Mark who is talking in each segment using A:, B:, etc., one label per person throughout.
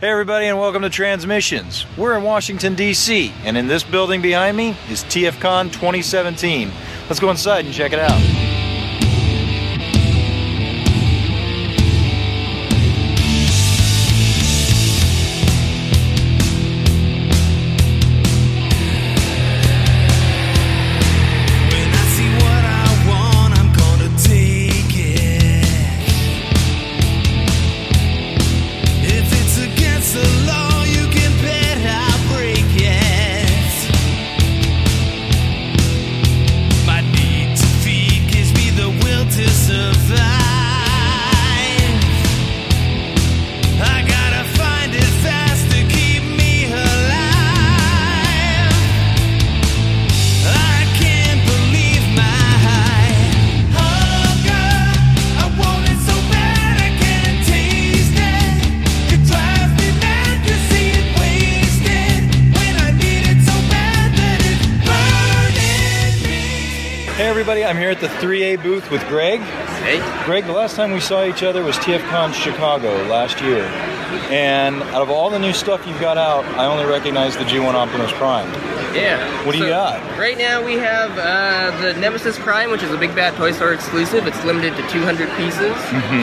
A: Hey, everybody, and welcome to Transmissions. We're in Washington, D.C., and in this building behind me is TFCon 2017. Let's go inside and check it out.
B: When I see what I want, I'm gonna take it. If it's against the law, you can bet I'll break it. My need to feed gives me the will to survive. I gotta find it fast to keep me alive. I can't believe my hunger. I want it so bad I can't taste it. It drives me mad to see it wasted when I need it so bad that it's burning me.
A: Hey, everybody, I'm here at the 3A booth with Greg.
C: Hey,
A: Greg, the last time we saw each other was TFCon Chicago last year. And out of all the new stuff you've got out, I only recognize the G1 Optimus Prime.
C: yeah.
A: What do you got?
C: Right now we have uh, the Nemesis Prime, which is a Big Bad Toy Store exclusive. It's limited to 200 pieces.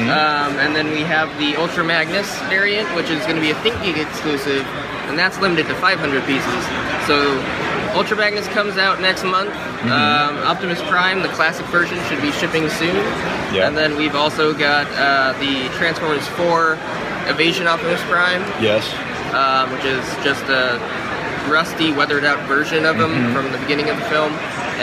C: Um, and then we have the Ultra Magnus variant, which is going to be a ThinkGeek exclusive, and that's limited to 500 pieces. So Ultra Magnus comes out next month. Um, Optimus Prime, the classic version, should be shipping soon.
A: Yeah.
C: And then we've also got uh, the Transformers 4 Evasion Optimus Prime.
A: Yes.
C: um, which is just a rusty, weathered out version of him from the beginning of the film.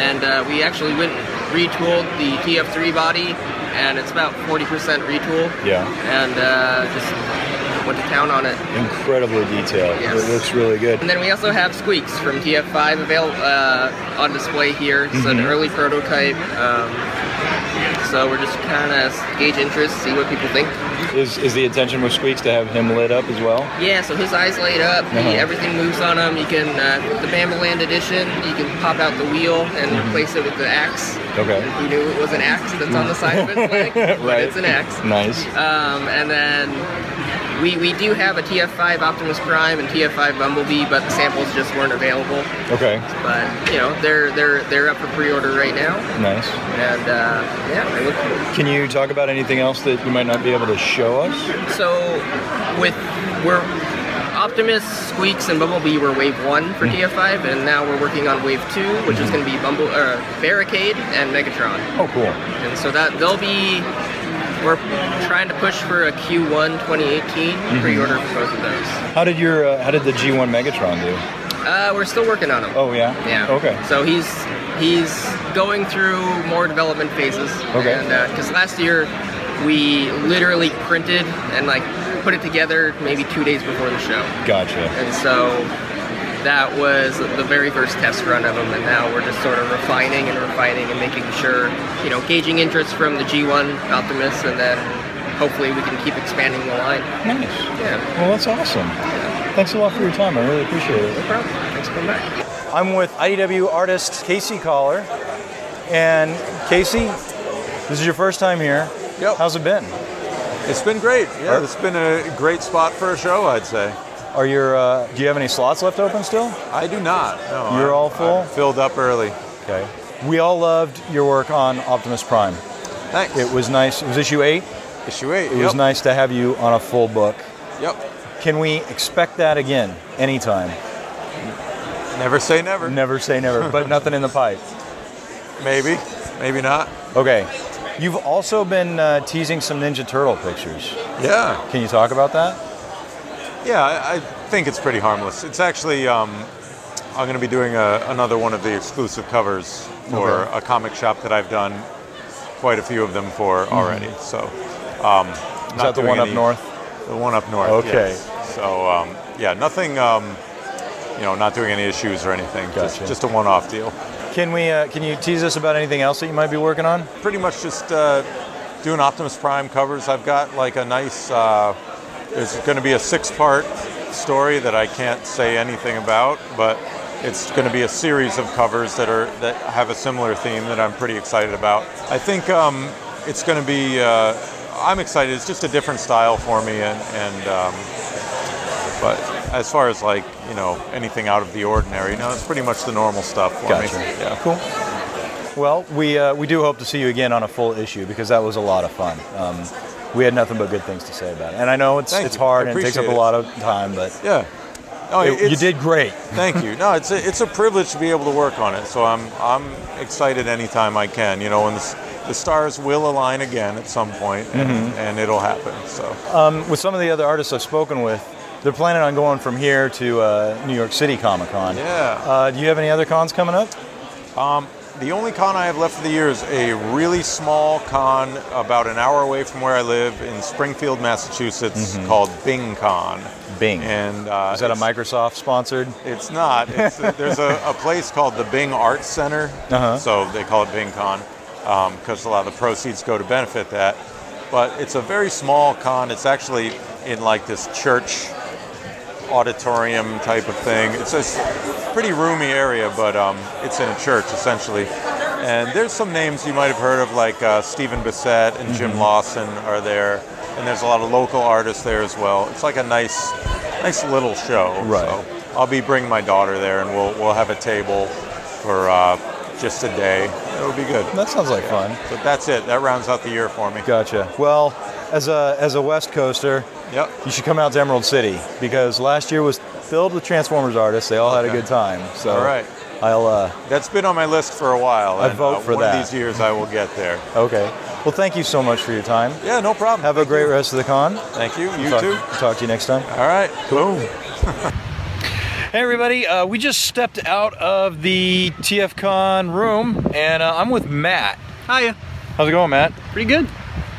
C: And uh, we actually went and retooled the TF3 body, and it's about 40% retool.
A: Yeah.
C: And uh, just went to town on it.
A: Incredibly detailed.
C: Yes.
A: It looks really good.
C: And then we also have Squeaks from TF5 avail- uh, on display here. It's an early prototype. Um, so we're just kind of gauge interest, see what people think.
A: Is, is the intention with Squeaks to have him lit up as well?
C: Yeah, so his eyes light up. he-
A: Uh-huh.
C: everything moves on him. You can uh, the Bamberland edition. You can pop out the wheel and
A: Mm-hmm.
C: replace it with the axe.
A: Okay.
C: If you knew it was an axe that's on the side of its leg, but it's an axe.
A: Nice.
C: Um, and then we we do have a TF5 Optimus Prime and TF5 Bumblebee, but the samples just weren't available.
A: Okay.
C: But you know they're they're they're up for pre-order right now.
A: Nice.
C: And uh, yeah, they look cool.
A: Can you talk about anything else that you might not be able to show us?
C: So with we're Optimus, Squeaks, and Bumblebee were wave one for TF5, and now we're working on wave two, which is going to be Bumble, uh, Barricade, and Megatron.
A: Oh, cool.
C: And so that they'll be we're trying to push for a Q1 2018 pre-order for both of those.
A: How did your uh, How did the G1 Megatron do?
C: Uh, we're still working on them.
A: Oh yeah.
C: Yeah.
A: Okay.
C: So he's he's going through more development phases.
A: Okay.
C: And because last year we literally printed and like put it together maybe two days before the show.
A: Gotcha.
C: And so that was the very first test run of them, and now we're just sort of refining and refining and making sure, you know, gauging interest from the G1 Optimus, and then hopefully we can keep expanding the line.
A: Nice.
C: Yeah,
A: Well, that's awesome. Thanks a lot for your time. I really appreciate it.
C: no problem. Thanks for coming back.
A: I'm with IDW artist Casey Collar, and Casey, this is your first time here.
D: Yep.
A: How's it been?
D: It's been great.
A: Are-
D: Yeah, it's been a great spot for a show, I'd say.
A: Are your uh, Do you have any slots left open still?
D: I do not. No,
A: You're
D: I'm-
A: all full?
D: I'm filled up early.
A: Okay. We all loved your work on Optimus Prime.
D: Thanks.
A: It was nice. It was issue eight.
D: issue eight.
A: It
D: yep.
A: was nice to have you on a full book.
D: Yep.
A: Can we expect that again anytime?
D: Never say never.
A: Never say never, but nothing in the pipe.
D: Maybe. Maybe not.
A: Okay. You've also been uh, teasing some Ninja Turtle pictures.
D: Yeah.
A: Can you talk about that?
D: Yeah. I, I think it's pretty harmless. It's actually. Um, I'm going to be doing a, another one of the exclusive covers for
A: Okay.
D: a comic shop that I've done quite a few of them for already. So. Um,
A: Mm-hmm. Is that the one up north?
D: The one up north.
A: Okay.
D: yes. So um, yeah, nothing. Um, you know, not doing any issues or anything.
A: Gotcha.
D: Just, just a one-off deal.
A: Can we? Uh, can you tease us about anything else that you might be working on?
D: Pretty much just uh, doing Optimus Prime covers. I've got like a nice. Uh, there's going to be a six-part story that I can't say anything about, but it's going to be a series of covers that are that have a similar theme that I'm pretty excited about. I think um, it's going to be. Uh, I'm excited. It's just a different style for me, and, and um, But as far as like you know anything out of the ordinary, no, it's pretty much the normal stuff for
A: Gotcha.
D: me. Yeah.
A: Cool. Well, we uh, we do hope to see you again on a full issue because that was a lot of fun. Um, we had nothing but good things to say about it, and I know it's
D: Thank
A: it's
D: you.
A: hard
D: I
A: and it takes up a
D: appreciate it.
A: lot of time, but
D: Yeah. No,
A: it- you
D: Oh, it's-
A: did great.
D: Thank you. No, it's a, it's a privilege to be able to work on it. So I'm I'm excited anytime I can. You know, when the, s- the stars will align again at some point, and,
A: Mm-hmm.
D: and it'll happen. So
A: um, With some of the other artists I've spoken with, they're planning on going from here to uh, New York City Comic Con.
D: Yeah. Um,
A: Uh, do you have any other cons coming up?
D: the only con I have left for the year is a really small con about an hour away from where I live in Springfield, Massachusetts, called Bing Con.
A: Mm-hmm. Bing.
D: And uh,
A: Is that a
D: it's-
A: Microsoft sponsored?
D: It's not. It's, there's a, a place called the Bing Arts Center,
A: Uh-huh.
D: so they call it Bing Con because a lot of the proceeds go to benefit that. But it's a very small con. It's actually in like this church auditorium type of thing. It's a s- pretty roomy area, but um, it's in a church essentially. And there's some names you might have heard of, like uh, Stephen Bissett and
A: Mm-hmm.
D: Jim Lawson are there, and there's a lot of local artists there as well. It's like a nice, nice little show.
A: Right.
D: So I'll be bringing my daughter there, and we'll we'll have a table for uh, just a day. It'll be good.
A: That sounds like fun.
D: But that's it. That rounds out the year for me.
A: Gotcha. Well, as a as a West Coaster,
D: Yep.
A: you should come out to Emerald City because last year was filled with Transformers artists. They all had a
D: Okay.
A: good time. So
D: All right.
A: I'll uh,
D: That's been on my list for a while.
A: I
D: and,
A: vote
D: uh,
A: for
D: one
A: that.
D: of these years, I will get there.
A: okay. Well, thank you so much for your time.
D: Yeah, no problem.
A: Have a
D: Thank
A: great
D: you.
A: rest of the con.
D: Thank you. You
A: talk,
D: too.
A: Talk to you next time.
D: All right. Boom.
A: Hey everybody, uh, we just stepped out of the TFCon room, and uh, I'm with Matt.
E: Hiya.
A: How's it going, Matt?
E: Pretty good.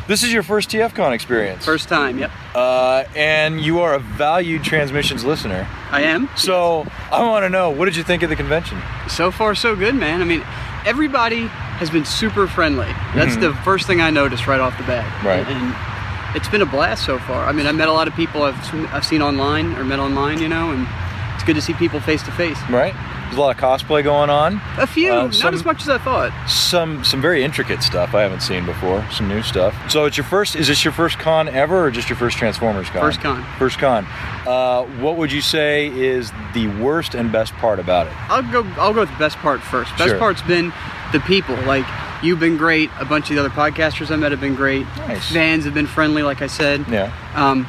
A: This is your first TFCon experience,
E: First time, yep.
A: uh, and you are a valued transmissions listener.
E: I am.
A: So I want to know, what did you think of the convention?
E: So far, so good, man. I mean, everybody has been super friendly. That's the first thing I noticed right off the bat.
A: Mm-hmm. Right.
E: And it's been a blast so far. I mean, I met a lot of people I've, s- I've seen online or met online, you know, and it's good to see people face to face.
A: Right? There's a lot of cosplay going on.
E: A few,
A: Uh,
E: not
A: some-
E: as much as I thought.
A: Some some very intricate stuff I haven't seen before. Some new stuff. So it's your first. Is this your first con ever, or just your first Transformers con?
E: First con.
A: First con. Uh, what would you say is the worst and best part about it?
E: I'll go. I'll go with the best part first. Best
A: Sure.
E: part's been the people. Like you've been great. A bunch of the other podcasters I met have been great.
A: Nice.
E: Fans have been friendly, like I said.
A: Yeah.
E: Um,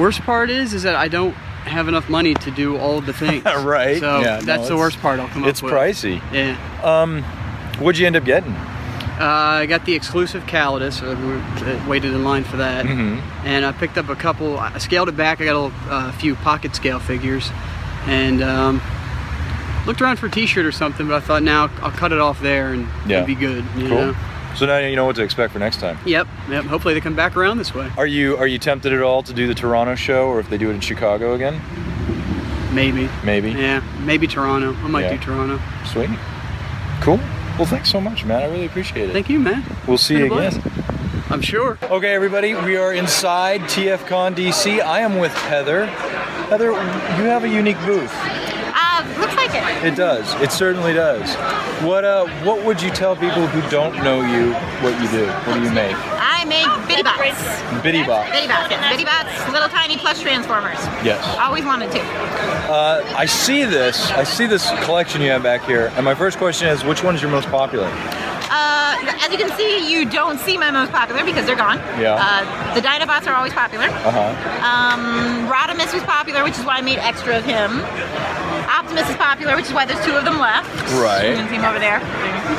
E: worst part is is that I don't have enough money to do all of the things.
A: Right.
E: So
A: Yeah, no,
E: Oh, that's the
A: it's-
E: worst part. I'll come
A: It's
E: up with.
A: pricey. Um,
E: Yeah.
A: What'd you end up getting?
E: Uh, I got the exclusive Calidus. Uh, we uh, waited in line for that.
A: Mm-hmm.
E: And I picked up a couple. I scaled it back. I got a little, uh, few pocket scale figures, and um, looked around for a T-shirt or something. But I thought now I'll cut it off there and
A: Yeah.
E: it'd be good. You
A: Cool.
E: know?
A: So now you know what to expect for next time.
E: Yep. Yep. Hopefully they come back around this way.
A: Are you are you tempted at all to do the Toronto show, or if they do it in Chicago again?
E: Maybe.
A: Maybe.
E: Yeah. Maybe Toronto. I might
A: Yeah.
E: do Toronto.
A: Sweet. Cool. Well, thanks so much, man. I really appreciate it.
E: Thank you, man.
A: We'll see you
E: Been a blast.
A: again.
E: I'm sure.
A: Okay, everybody, we are inside TFCon DC. I am with Heather. Heather, you have a unique booth.
F: Uh, looks like it.
A: It does. It certainly does. What uh, what would you tell people who don't know you what you do? What do you make?
F: I make bitty bots.
A: Bitty bot.
F: Bitty bots. Bitty bots, little tiny plush transformers.
A: Yes.
F: Always wanted to.
A: Uh, I see this. I see this collection you have back here, and my first question is, which one is your most popular?
F: Uh, as you can see, you don't see my most popular because they're gone.
A: Yeah.
F: Uh, the Dinobots are always popular.
A: Uh huh.
F: Um, Rodimus was popular, which is why I made extra of him. Optimus is popular, which is why there's two of them left.
A: Right.
F: You can see him over there.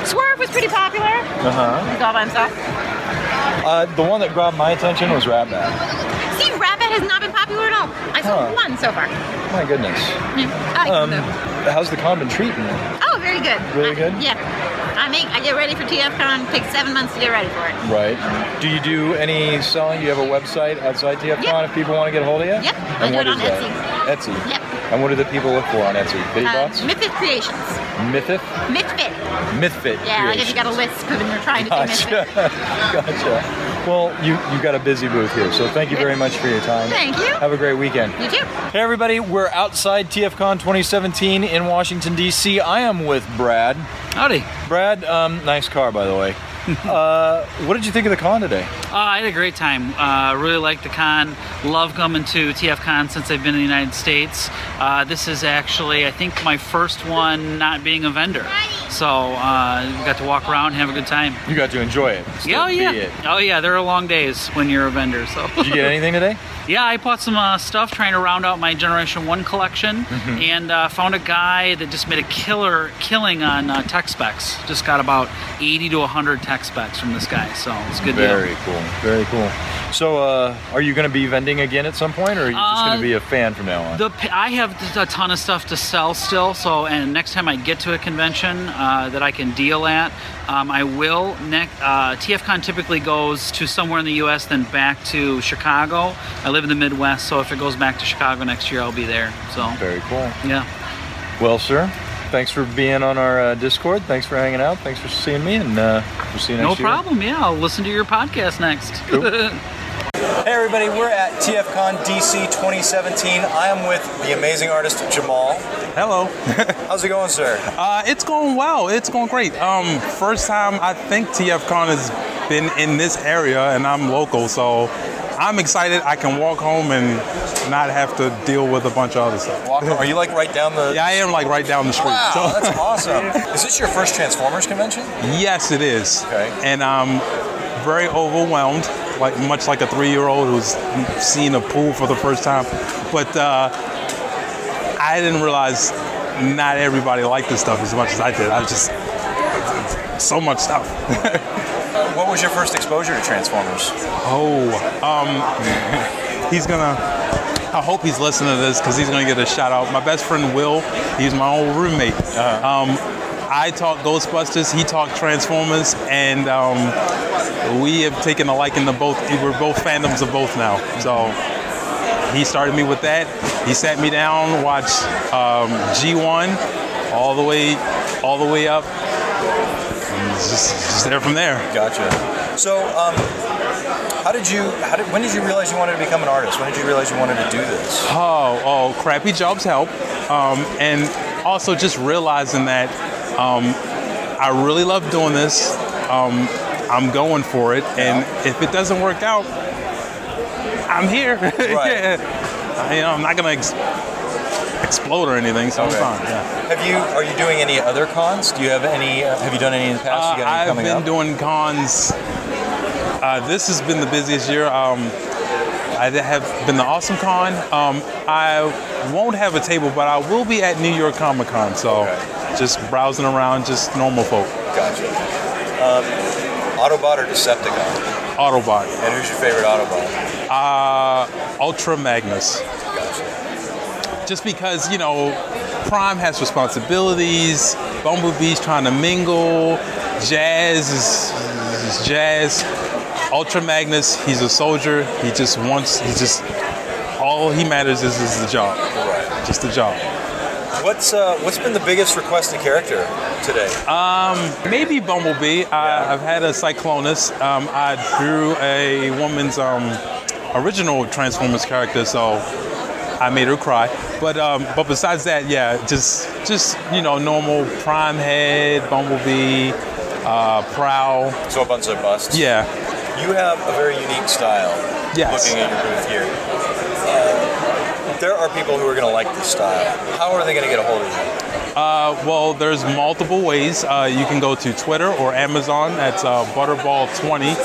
F: Swerve was pretty popular.
A: Uh-huh.
F: He's all by himself.
A: Uh The one that grabbed my attention was Ratbat.
F: See, Rabbit has not been popular at all. I sold
A: Huh.
F: one so far.
A: My goodness.
F: Yeah, Uh, I like him,
A: Um,
F: though.
A: how's the con been treating you?
F: Oh, very good.
A: Really
F: I-
A: good?
F: yeah. I make. I get ready for TFCon. Takes seven months to get ready for it.
A: Right. Do you do any selling? Do you have a website outside TFCon
F: Yep.
A: if people want to get a hold of you?
F: Yep. I
A: And
F: do
A: what
F: it on
A: is that? Etsy.
F: Yep.
A: And what do the people look for on Etsy? Bitty
F: Uh,
A: bots?
F: Mythic Creations.
A: Mythic?
F: Mythfit.
A: Mythfit.
F: Yeah, I guess you got a
A: Creations.
F: lisp when you're trying to do
A: Gotcha.
F: Mythfit.
A: gotcha. Well, you, you've got a busy booth here, so thank you very much for your time.
F: Thank you.
A: Have a great weekend.
F: You too.
A: Hey everybody, we're outside TFCon 2017 in Washington D.C. I am with Brad.
E: Howdy.
A: Brad, um, nice car by the way. What did you think of the con today?
G: Uh, I had a great time. Uh, really liked the con. Love coming to TF Con since I've been in the United States. Uh, this is actually, I think, my first one not being a vendor. So uh, got to walk around, have a good time.
A: You got to enjoy it. Still
G: yeah, oh, yeah,
A: be it.
G: oh yeah. There are long days when you're a vendor. So
A: Did you get anything today?
G: yeah, I bought some uh, stuff trying to round out my Generation One collection,
A: Mm-hmm.
G: and uh, found a guy that just made a killer killing on uh, tech specs. Just got about 80 to 100 tech specs from this guy. So it's a good deal.
A: Very cool. Very cool. So, uh, are you going to be vending again at some point, or are you just going
G: Uh,
A: to be a fan from now on?
G: The p- I have t- a ton of stuff to sell still, so and next time I get to a convention uh, that I can deal at, um, I will. Next, uh, TFCon typically goes to somewhere in the U.S., then back to Chicago. I live in the Midwest, so if it goes back to Chicago next year, I'll be there. So
A: Very cool.
G: yeah,
A: Well, sir, thanks for being on our uh, Discord. Thanks for hanging out. Thanks for seeing me, and uh, we'll see you
G: no
A: next year.
G: problem. Yeah, I'll listen to your podcast next.
A: Hey everybody, we're at TFCon DC 2017. I am with the amazing artist Jamal.
H: Hello.
A: How's it going, sir?
H: Uh, it's going well. It's going great. Um, first time I think TFCon has been in this area, and I'm local, so I'm excited. I can walk home and not have to deal with a bunch of other stuff.
A: Walking, are you like right down the?
H: Yeah, I am like right down the street.
A: Wow,
H: so-
A: that's awesome. Is this your first Transformers convention?
H: yes, it is.
A: Okay.
H: And I'm very overwhelmed, like much like a three-year-old who's seen a pool for the first time. But uh, I didn't realize not everybody liked this stuff as much as I did. I just so much stuff.
A: What was your first exposure to Transformers?
H: Oh, um, he's gonna. I hope he's listening to this because he's gonna get a shout out. My best friend Will, he's my old roommate. Um, I talk Ghostbusters, he talked Transformers, and um, we have taken a liking to both. We're both fandoms of both now. So he started me with that. He sat me down, watched um, G1 all the way, all the way up. And it's just, just there from there.
A: Gotcha. So, um, how did you? How did? When did you realize you wanted to become an artist? When did you realize you wanted to do this?
H: Oh, oh, crappy jobs help. Um, and also just realizing that um, I really love doing this. Um, I'm going for it. And if it doesn't work out, I'm here. yeah. I, you know, I'm not going to ex- explode or anything, so
A: Okay.
H: I'm fine. Yeah.
A: Have you? Are you doing any other cons? Do you have any? Uh, have you done any in the past?
H: Uh,
A: you got any
H: I've
A: coming
H: been
A: up?
H: doing cons. Uh, this has been the busiest year. Um, I have been the awesome con. Um, I won't have a table, but I will be at New York Comic Con. So just browsing around, just normal folk.
A: Gotcha. Um, Autobot or Decepticon?
H: Autobot,
A: And who's your favorite Autobot?
H: uh, Ultra Magnus. Just because you know, Prime has responsibilities. Bumblebee's trying to mingle. Jazz is, is jazz. Ultra Magnus, he's a soldier. He just wants, he just, all he matters is, is the job. Just the job.
A: What's uh, What's been the biggest requested character today?
H: Um, Maybe Bumblebee. I, I've had a Cyclonus. Um, I drew a woman's um, original Transformers character, so I made her cry. But um, but besides that, yeah, just just you know normal Prime Head, Bumblebee, uh, Prowl.
A: so a bunch of busts.
H: Yeah,
A: You have a very unique style.
H: Yes.
A: Looking at your booth here. Uh, There are people who are going to like this style. How are they going to get a hold of you?
H: Uh, well, there's multiple ways. Uh, you can go to Twitter or Amazon. That's uh, Butterball20.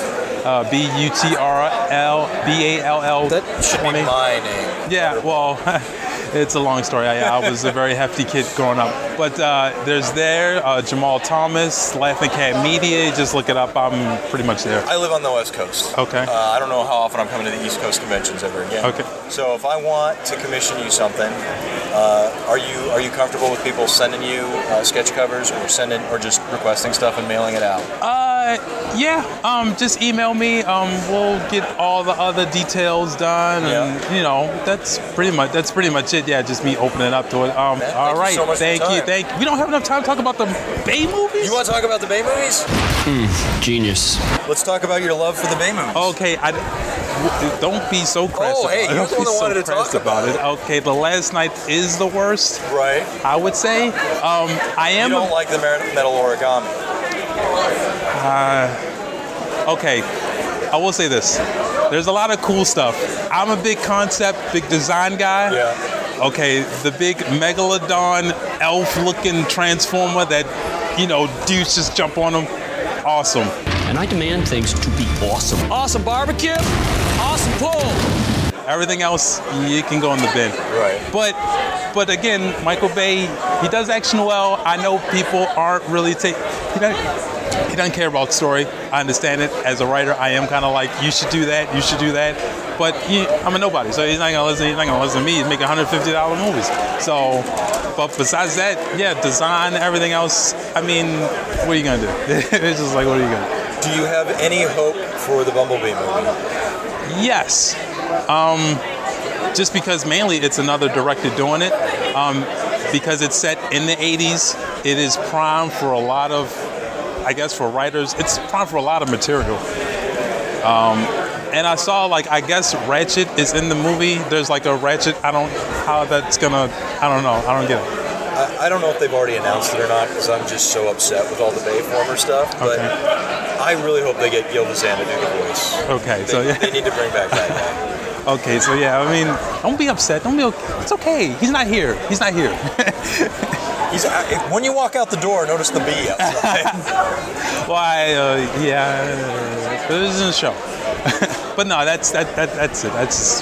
H: Uh, B U T R L B A L L.
A: That should be
H: 20.
A: my name.
H: Yeah, well, it's a long story. I, I was a very hefty kid growing up. But uh, there's there, uh, Jamal Thomas, Laughing Cat Media. Just look it up. I'm pretty much there.
A: I live on the West Coast.
H: Okay.
A: Uh, I don't know how often I'm coming to the East Coast conventions ever again.
H: Okay.
A: So if I want to commission you something, uh, are you are you comfortable with people sending you uh, sketch covers or sending or just requesting stuff and mailing it out?
H: Uh, yeah, um, just email me. Um, we'll get all the other details done. And, you know, that's pretty much that's pretty much it. Yeah, just me opening up to it. Um,
A: Thank
H: all
A: you
H: right.
A: so much for
H: thank
A: your
H: you.
A: time.
H: Thank you. We don't have enough time to talk about the Bay movies?
A: You want to talk about the Bay movies?
I: Genius.
A: Let's talk about your love for the Bay movies.
H: Okay, I w- don't be so crass.
A: Oh, hey,
H: about it.
A: you're the one
H: Don't be
A: that
H: so
A: wanted to
H: crass
A: talk about
H: it. Okay, the last night is the worst.
A: Right.
H: I would say. Um, I
A: You
H: am.
A: don't like the mer- metal origami.
H: uh, okay, I will say this. There's a lot of cool stuff. I'm a big concept, big design guy. Yeah. Okay, the big megalodon elf looking transformer that, you know, dudes just jump on them. Awesome.
I: And I demand things to be awesome. Awesome barbecue, awesome pull.
H: Everything else, you can go in the bin.
A: Right.
H: But, but again, Michael Bay, he does action well. I know people aren't really take. He doesn't, he doesn't care about story. I understand it. As a writer, I am kind of like, you should do that. You should do that. But he, I'm a nobody, so he's not gonna listen. He's not gonna listen to me. He's making 150 dollar movies. So, but besides that, yeah, design, everything else. I mean, what are you gonna do? it's just like, what are you gonna? do?
A: Do you have any hope for the Bumblebee movie?
H: Yes. Um, just because mainly it's another director doing it. Um, because it's set in the 80s, it is prime for a lot of, I guess, for writers, it's prime for a lot of material. Um, and I saw, like, I guess Ratchet is in the movie. There's like a Ratchet. I don't, how that's gonna, I don't know. I don't get it.
J: I, I don't know if they've already announced it or not because I'm just so upset with all the Bayformer stuff. But
H: Okay.
J: I really hope they get Gil Bazan to do the voice.
H: Okay,
J: They,
H: so yeah.
J: they need to bring back that guy.
H: Okay, so yeah, I mean, don't be upset. Don't be, okay. it's okay. He's not here. He's not here.
J: He's, I, when you walk out the door, notice the bee outside.
H: Why? Uh, yeah, this isn't a show. but no, that's that, that that's it. That's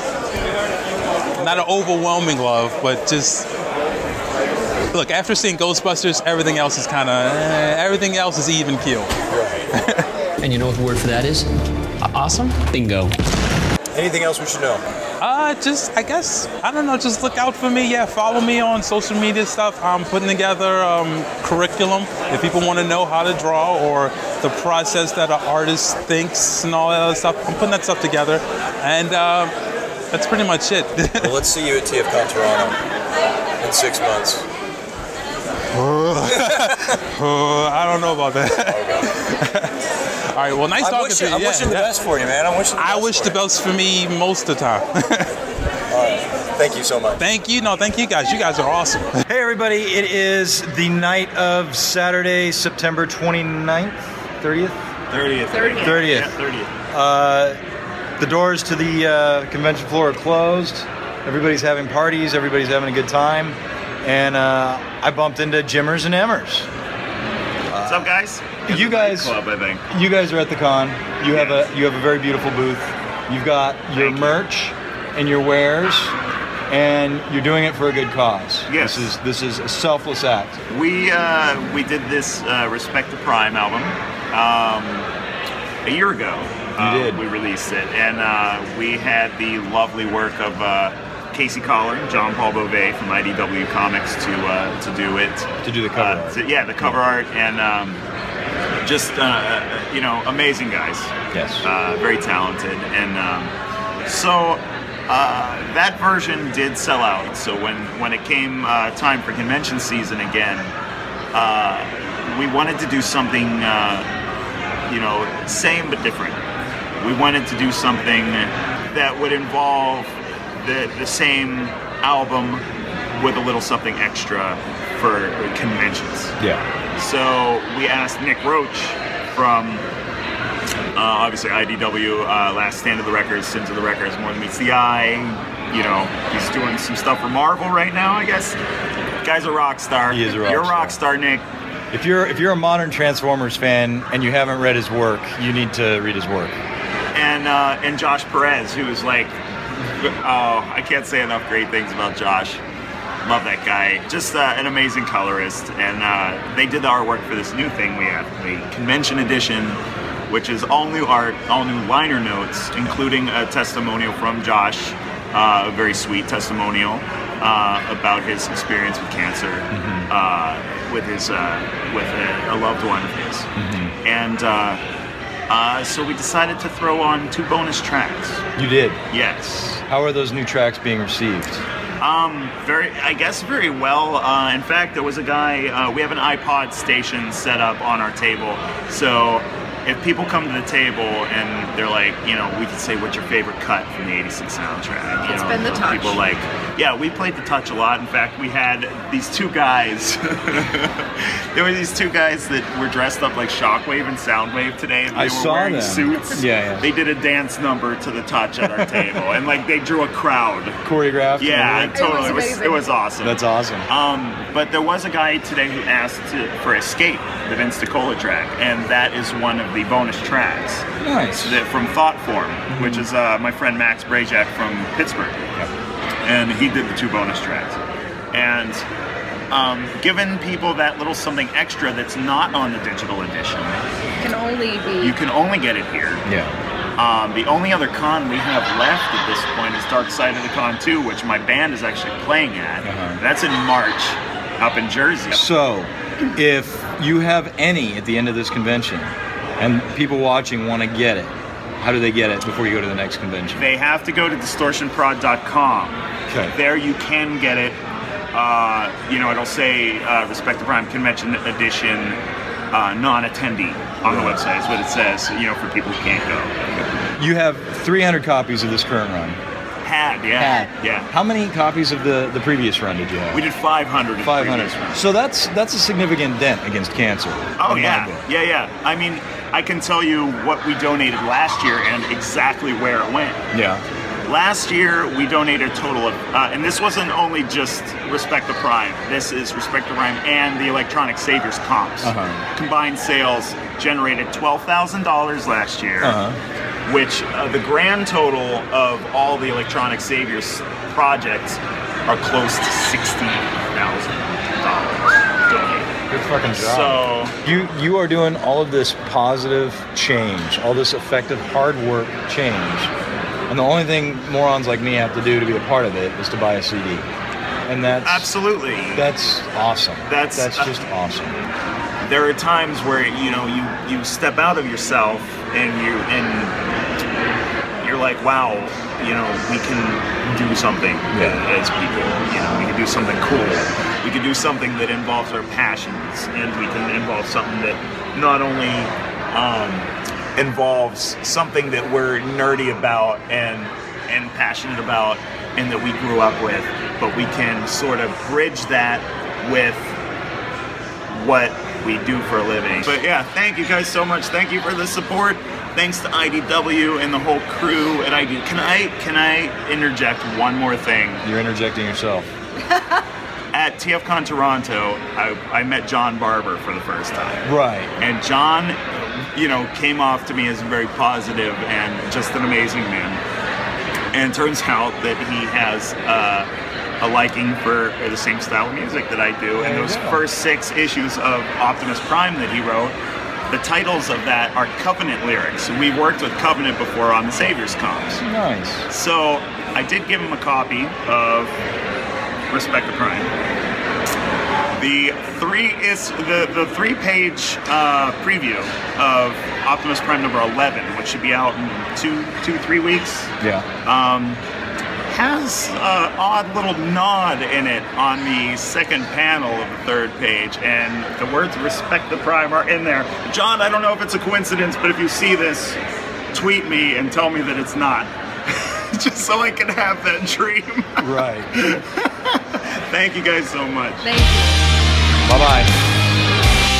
H: not an overwhelming love, but just look. After seeing Ghostbusters, everything else is kind of everything else is even keel.
I: And you know what the word for that is? A- Awesome? Bingo.
J: Anything else we should know?
H: Uh, just I guess I don't know. Just look out for me. Yeah, follow me on social media stuff. I'm putting together um, curriculum if people want to know how to draw or the process that an artist thinks and all that other stuff. I'm putting that stuff together, and uh, that's pretty much it.
J: Well, let's see you at TFCon Toronto in six months.
H: Uh, I don't know about that. all right. Well, nice
J: I'm
H: talking
J: wishing,
H: to you.
J: I'm
H: Yeah,
J: wishing the
H: yeah.
J: best for you, man. I'm wishing. The
H: I
J: best
H: wish
J: for
H: the
J: you.
H: best for me most of the time.
J: Thank you so much.
H: thank you. No, thank you guys. You guys are awesome.
A: Hey, everybody, it is the night of Saturday, September 29th, 30th,
K: 30th.
C: 30th.
A: 30th.
K: Yeah, 30th.
A: The doors to the uh, convention floor are closed. Everybody's having parties, everybody's having a good time. And uh, I bumped into Jimmers and Emmers.
K: What's up, guys? It's
A: you
K: a
A: guys-
K: Club, I think.
A: You guys are at the con. You have a you have a very beautiful booth. You've got your
K: Thank you.
A: merch and your wares and you're doing it for a good cause.
K: Yes.
A: This is this is a selfless act.
K: We uh, we did this uh, Respect the Prime album um, a year ago. You
A: did.
K: We released it, and uh, we had the lovely work of uh, Casey Collar, John Paul Beauvais from IDW Comics to uh, to do it.
A: To do the cover
K: Uh,
A: art.
K: to- yeah, the cover art and. Um, just uh, you know, amazing guys.
A: Yes.
K: uh, very talented, and um, so uh, that version did sell out. So when when it came uh, time for convention season again, uh, we wanted to do something, uh, you know, same but different. We wanted to do something that would involve the the same album with a little something extra for conventions.
A: yeah.
K: So we asked Nick Roach from uh, obviously IDW, uh, Last Stand of the Records, Sins of the Records, More Than Meets the Eye. You know, he's doing some stuff for Marvel right now, I guess. Guy's a rock star.
A: He is a rock
K: You're a rock
A: star.
K: star, Nick.
A: If you're if you're a modern Transformers fan and you haven't read his work, you need to read his work.
K: And, uh, and Josh Perez, who is like, oh, I can't say enough great things about Josh. Love that guy. Just uh, an amazing colorist. And uh, they did the artwork for this new thing we have, the convention edition, which is all new art, all new liner notes, including a testimonial from Josh, uh, a very sweet testimonial uh, about his experience with cancer, uh, with his, uh, with a, a loved one of his.
A: Mm-hmm.
K: And uh, uh, so we decided to throw on two bonus tracks.
A: You did.
K: Yes.
A: How are those new tracks being received?
K: Um, very, I guess very well. Uh, in fact, there was a guy. Uh, we have an iPod station set up on our table, so if people come to the table and they're like, you know, we could say what's your favorite cut from the '86 soundtrack. You
L: It's
K: know,
L: been The Touch.
K: People like, yeah, we played the touch a lot. In fact, we had these two guys. there were these two guys that were dressed up like Shockwave and Soundwave today, and they
A: I
K: were
A: saw
K: wearing
A: them.
K: suits.
A: Yeah, yeah.
K: They did a dance number to the touch at our table, and like they drew a crowd.
A: Choreographed.
K: Yeah,
A: and
K: totally.
A: everything.
K: It was, it was awesome.
A: That's awesome.
K: Um, but there was a guy today who asked to, for Escape, the Vince DiCola track, and that is one of the bonus tracks.
A: Nice. Mm-hmm.
K: That, from Thought Form, which is uh, my friend Max Brajak from Pittsburgh. And he did the two bonus tracks. And um, given people that little something extra that's not on the digital edition,
L: Can only be.
K: you can only get it here.
A: Yeah.
K: Um, the only other con we have left at this point is Dark Side of the Con 2, which my band is actually playing at.
A: Uh-huh.
K: That's in March up in Jersey.
A: So, if you have any at the end of this convention, and people watching want to get it, how do they get it before you go to the next convention?
K: They have to go to distortionprod.com.
A: Okay.
K: There you can get it. Uh, you know, it'll say uh, Respect the Prime Convention Edition uh, non attendee on the website, is what it says, you know, for people who can't go.
A: You have 300 copies of this current run.
K: Had, yeah. Yeah.
A: How many copies of the, the previous run did you have?
K: We did 500 in the previous
A: 500.
K: round.
A: So that's that's a significant dent against cancer.
K: Oh
A: in my
K: yeah,
A: book.
K: yeah, yeah. I mean, I can tell you what we donated last year and exactly where it went.
A: Yeah.
K: Last year we donated a total of, uh, and this wasn't only just Respect the Prime. This is Respect the Prime and the Electronic Saviors comps.
A: Uh-huh.
K: Combined sales generated twelve thousand dollars last year, which uh, the grand total of all the Electronic Saviors projects are close to sixteen thousand dollars donated.
A: Good fucking
K: So.
A: You you are doing all of this positive change, all this effective hard work change, and the only thing morons like me have to do to be a part of it is to buy a CD, and that's
K: absolutely
A: that's awesome.
K: That's- uh,
A: that's just awesome.
K: there are times where you know you you step out of yourself and you and you're like wow you know we can do something as people you know we can do something cool we can do something that involves our passions and we can involve something that not only um, involves something that we're nerdy about and and passionate about and that we grew up with but we can sort of bridge that with what we do for a living. But yeah, thank you guys so much. Thank you for the support. Thanks to IDW and the whole crew at ID. Can I can I interject one more thing?
A: You're interjecting yourself.
K: At TFCon Toronto, I, I met John Barber for the first time.
A: Right.
K: And John, you know, came off to me as very positive and just an amazing man. And it turns out that he has uh, a liking for the same style of music that I do. And
J: There you
K: those
J: go.
K: first six issues of Optimus Prime that he wrote, the titles of that are Covenant lyrics. We've worked with Covenant before on the Saviors comps.
A: Nice.
K: So I did give him a copy of Respect the Prime. The three is the, the three page uh, preview of Optimus Prime number eleven, which should be out in two two three weeks.
A: Yeah.
K: Um, has an odd little nod in it on the second panel of the third page, and the words "respect the prime" are in there. John, I don't know if it's a coincidence, but if you see this, tweet me and tell me that it's not, just so I can have that dream.
A: Right.
K: Thank you guys so much.
L: Thank you.
A: Bye bye.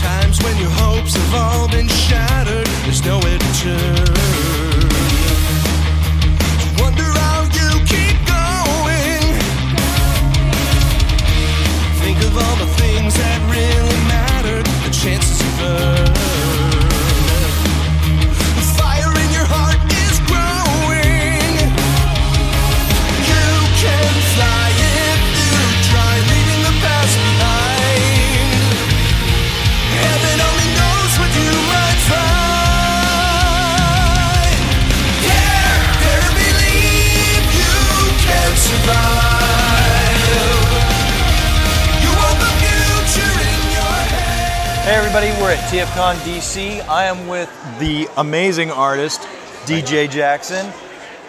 B: Times when your hopes have all been shattered, there's nowhere to turn. Wonder how you keep going. Think of all the things that really mattered, the chances you burn. The fire in your heart is growing. You can fly if you try, leaving the past behind. Heaven only knows what you might find. Dare, dare believe you can survive. You want the future in your head.
A: Hey everybody, we're at TFCon DC. I am with the amazing artist DJ Jackson,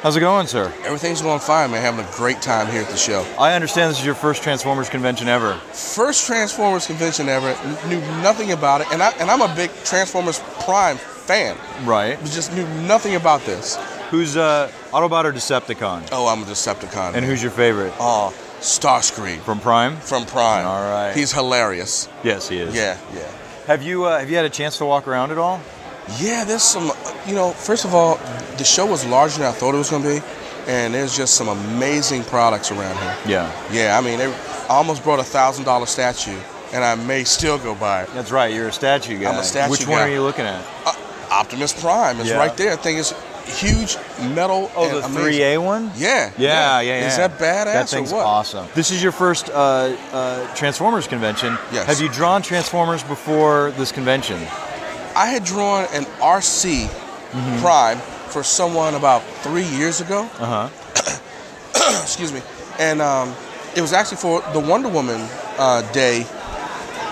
A: How's it going, sir?
L: Everything's going fine, man. Having a great time here at the show.
A: I understand this is your first Transformers convention ever.
L: First Transformers convention ever. n- Knew nothing about it, and I and I'm a big Transformers Prime fan.
A: Right.
L: Just knew nothing about this.
A: Who's uh, Autobot or Decepticon?
L: Oh, I'm a Decepticon.
A: And who's your favorite?
L: Oh, Starscream.
A: From Prime?
L: From Prime.
A: All right.
L: He's hilarious.
A: Yes, he is.
L: Yeah, yeah.
A: Have you uh, have you had a chance to walk around at all?
L: Yeah, there's some. You know, first of all, the show was larger than I thought it was going to be, and there's just some amazing products around here.
A: Yeah.
L: Yeah, I mean, they, I almost brought a thousand dollar statue, and I may still go buy it.
A: That's right. You're a statue guy.
L: I'm a statue
A: Which
L: guy.
A: one are you looking at?
L: Optimus Prime is
A: Yeah.
L: right there. I think it's huge metal.
A: Oh,
L: and
A: the
L: amazing.
A: 3A one?
L: Yeah.
A: Yeah, yeah, yeah.
L: Is that badass
A: That thing's
L: or what?
A: awesome. This is your first uh, uh, Transformers convention.
L: Yes.
A: Have you drawn Transformers before this convention?
L: I had drawn an RC
A: Mm-hmm.
L: Prime for someone about three years ago.
A: Uh huh.
L: excuse me, and um, it was actually for the Wonder Woman uh, Day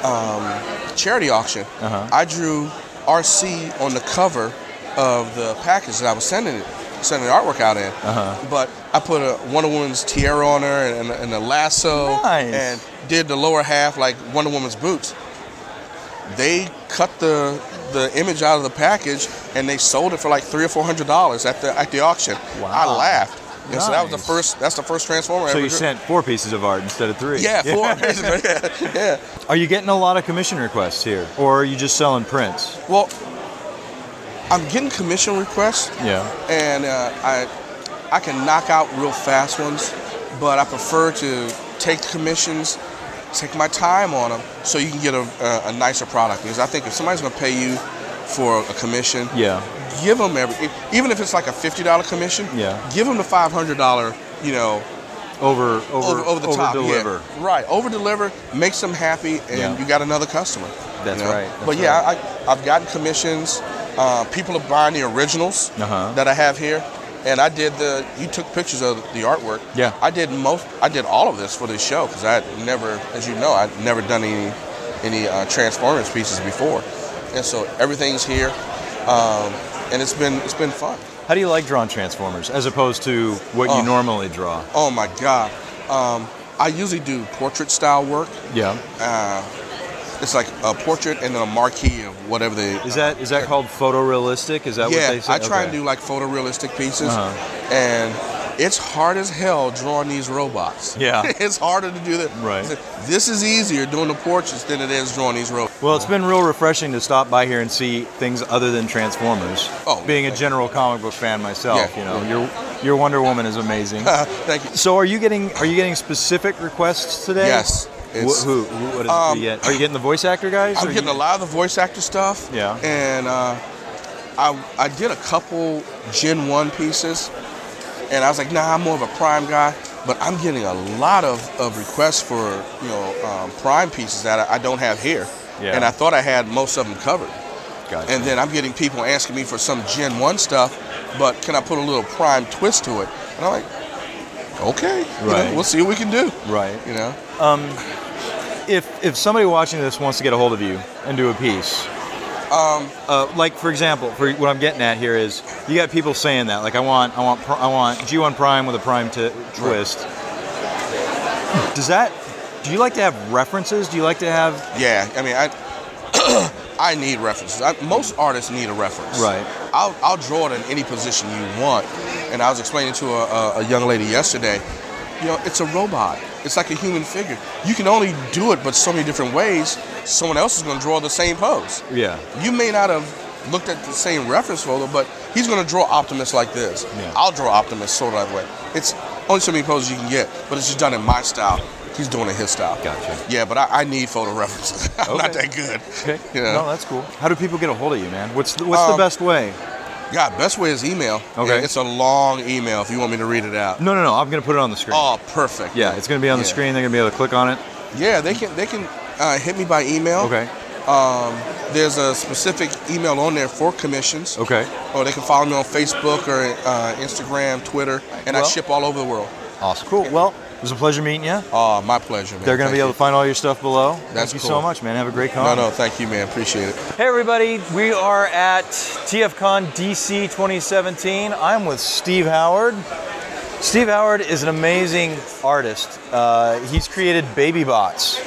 L: um, charity auction.
B: Uh-huh.
L: I drew RC on the cover of the package that I was sending it, sending the artwork out in.
B: Uh-huh.
L: But I put a Wonder Woman's tiara on her and, and, a lasso,
B: Nice.
L: and did the lower half like Wonder Woman's boots. They cut the the image out of the package and they sold it for like three or four hundred dollars at the at the auction. Wow. I laughed. And so that was the
A: Nice.
L: first. That's the first Transformer. I
A: So
L: ever
A: you
L: drew.
A: sent four pieces of art instead of three.
L: Yeah, four. basically. yeah, yeah.
A: Are you getting a lot of commission requests here, or are you just selling prints?
L: Well, I'm getting commission requests,
A: Yeah.
L: and uh, I I can knock out real fast ones, but I prefer to take commissions, take my time on them, so you can get a, a, a nicer product. Because I think if somebody's going to pay you for a commission,
A: Yeah.
L: give them every, e, even if it's like a fifty dollar commission,
A: Yeah.
L: give them the five hundred dollar, you know,
A: Over over
L: over, over the top, yeah.
A: deliver.
L: Right, over deliver makes them happy, and
A: Yeah.
L: you got another customer.
A: That's
L: you know?
A: right, that's
L: but yeah, I, I've gotten commissions. Uh, people are buying the originals
A: Uh-huh.
L: that I have here, and I did the. You took pictures of the artwork.
A: Yeah.
L: I did most. I did all of this for this show because I had never, as you know, I'd never done any any uh, Transformers pieces before, and so everything's here, um, and it's been it's been fun.
A: How do you like drawing Transformers as opposed to what
L: Oh.
A: you normally draw?
L: Oh my God. Um, I usually do portrait style work.
A: Yeah.
L: Uh, it's like a portrait and then a marquee of whatever they.
A: Is that is that called photorealistic? Is that
L: yeah,
A: what they say?
L: I try
A: Okay.
L: and do like photorealistic pieces,
A: Uh-huh.
L: and it's hard as hell drawing these robots.
A: Yeah.
L: it's harder to do that.
A: Right.
L: This is easier doing the portraits than it is drawing these robots.
A: Well, it's been real refreshing to stop by here and see things other than Transformers.
L: Oh,
A: being a general comic book fan myself,
L: Yeah,
A: you know,
L: yeah.
A: your your Wonder Woman is amazing.
L: Thank you.
A: So, are you getting are you getting specific requests today?
L: Yes,
A: Wh-
L: it's-
A: who, who? What is
L: Um,
A: it yet? Are you getting the voice actor guys?
L: I'm
A: Are
L: getting
A: you-
L: a lot of the voice actor stuff.
A: Yeah.
L: And uh, I I did a couple Gen One pieces, and I was like, nah, I'm more of a Prime guy. But I'm getting a lot of, of requests for you know um, Prime pieces that I, I don't have here.
A: Yeah.
L: And I thought I had most of them covered.
A: Gotcha.
L: And then I'm getting people asking me for some Gen One stuff, but can I put a little Prime twist to it? And I'm like, okay, you know,
A: Right.
L: we'll see what we can do.
A: Right.
L: You know.
A: Um, if if somebody watching this wants to get a hold of you and do a piece, um, uh, like for example, for what I'm getting at here is you got people saying that like I want I want pr- I want G1 Prime with a Prime t- twist. Does that? Do you like to have references? Do you like to have?
L: Yeah, I mean, I I need references. I, most artists need a reference.
A: Right.
L: I'll, I'll draw it in any position you want. And I was explaining to a, a, a young lady yesterday, you know, it's a robot. It's like a human figure. You can only do it, but so many different ways. Someone else is going to draw the same pose.
A: Yeah.
L: You may not have looked at the same reference photo, but he's going to draw Optimus like this.
A: Yeah.
L: I'll draw Optimus sort of that way. It's only so many poses you can get, but it's just done in my style. He's doing it his style. Gotcha. Yeah, but I, I need photo references. I'm not
A: Okay.
L: that good.
A: Okay.
L: You know?
A: No, that's cool. How do people get a hold of you, man? What's the, what's the
L: Um,
A: best way?
L: God, best way is email.
A: Okay.
L: And It's a long email if you want me to read it out.
A: No, no, no. I'm gonna put it on the screen.
L: Oh, perfect.
A: Yeah, it's gonna be on the
L: Yeah.
A: screen. They're gonna be able to click on it.
L: Yeah, they can they can uh, hit me by email.
A: Okay.
L: Um, there's a specific email on there for commissions.
A: Okay.
L: Or they can follow me on Facebook or uh, Instagram, Twitter, and I
A: Well-
L: ship all over the world.
A: Awesome. Cool. Well, was a pleasure meeting you.
L: Oh, my pleasure, man.
A: They're going to
L: Thank
A: be able
L: you.
A: to find all your stuff below.
L: That's
A: Thank you
L: cool.
A: so much, man. Have a great
L: No,
A: con.
L: no, thank you, man. Appreciate it.
A: Hey everybody, we are at TFCon DC 2017. I'm with Steve Howard. Steve Howard is an amazing artist. Uh, he's created baby bots.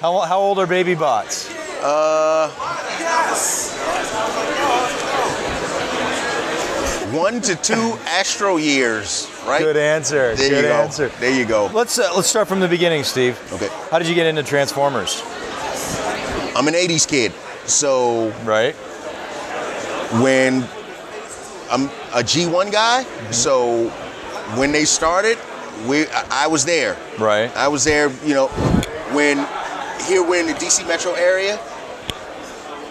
A: How, how old are baby bots?
M: Uh, one to two astro years, right?
A: Good answer.
M: There
A: Good
M: you go.
A: answer.
M: There you go.
A: Let's uh, let's start from the beginning, Steve.
M: Okay.
A: How did you get into Transformers?
M: I'm an 80s kid. So
A: Right.
M: when I'm a G1 guy,
A: Mm-hmm.
M: so when they started, we I I was there.
A: Right.
M: I was there, you know, when here we're in the DC metro area,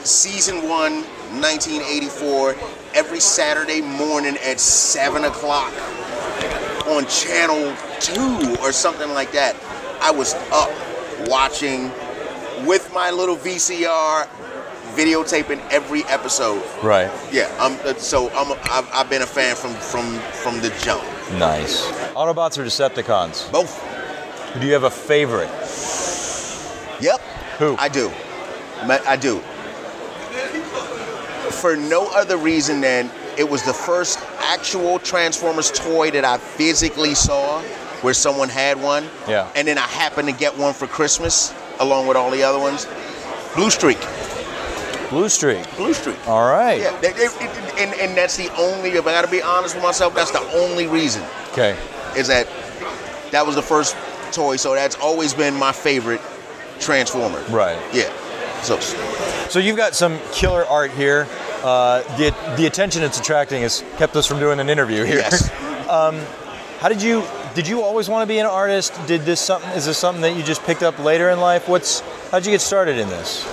M: season one, 1984, every Saturday morning at seven o'clock on channel two or something like that. I was up watching with my little VCR, videotaping every episode.
A: Right.
M: Yeah, I'm, uh, so I'm, I've, I've been a fan from from from the jump.
A: Nice. Autobots or Decepticons?
M: Both.
A: Do you have a favorite?
M: Yep.
A: Who?
M: I do. Ma- I do. For no other reason than it was the first actual Transformers toy that I physically saw where someone had one.
A: Yeah.
M: And then I happened to get one for Christmas along with all the other ones. Blue Streak.
A: Blue Streak.
M: Blue Streak.
A: All right.
M: Yeah. they- they- and, and that's the only, if I gotta be honest with myself, that's the only reason.
A: Okay.
M: is that that was the first toy, so that's always been my favorite Transformer.
A: Right.
M: Yeah. So.
A: So you've got some killer art here. Uh, the the attention it's attracting has kept us from doing an interview here.
M: Yes.
A: um, how did you did you always want to be an artist? Did this something is this something that you just picked up later in life? What's how would you get started in this?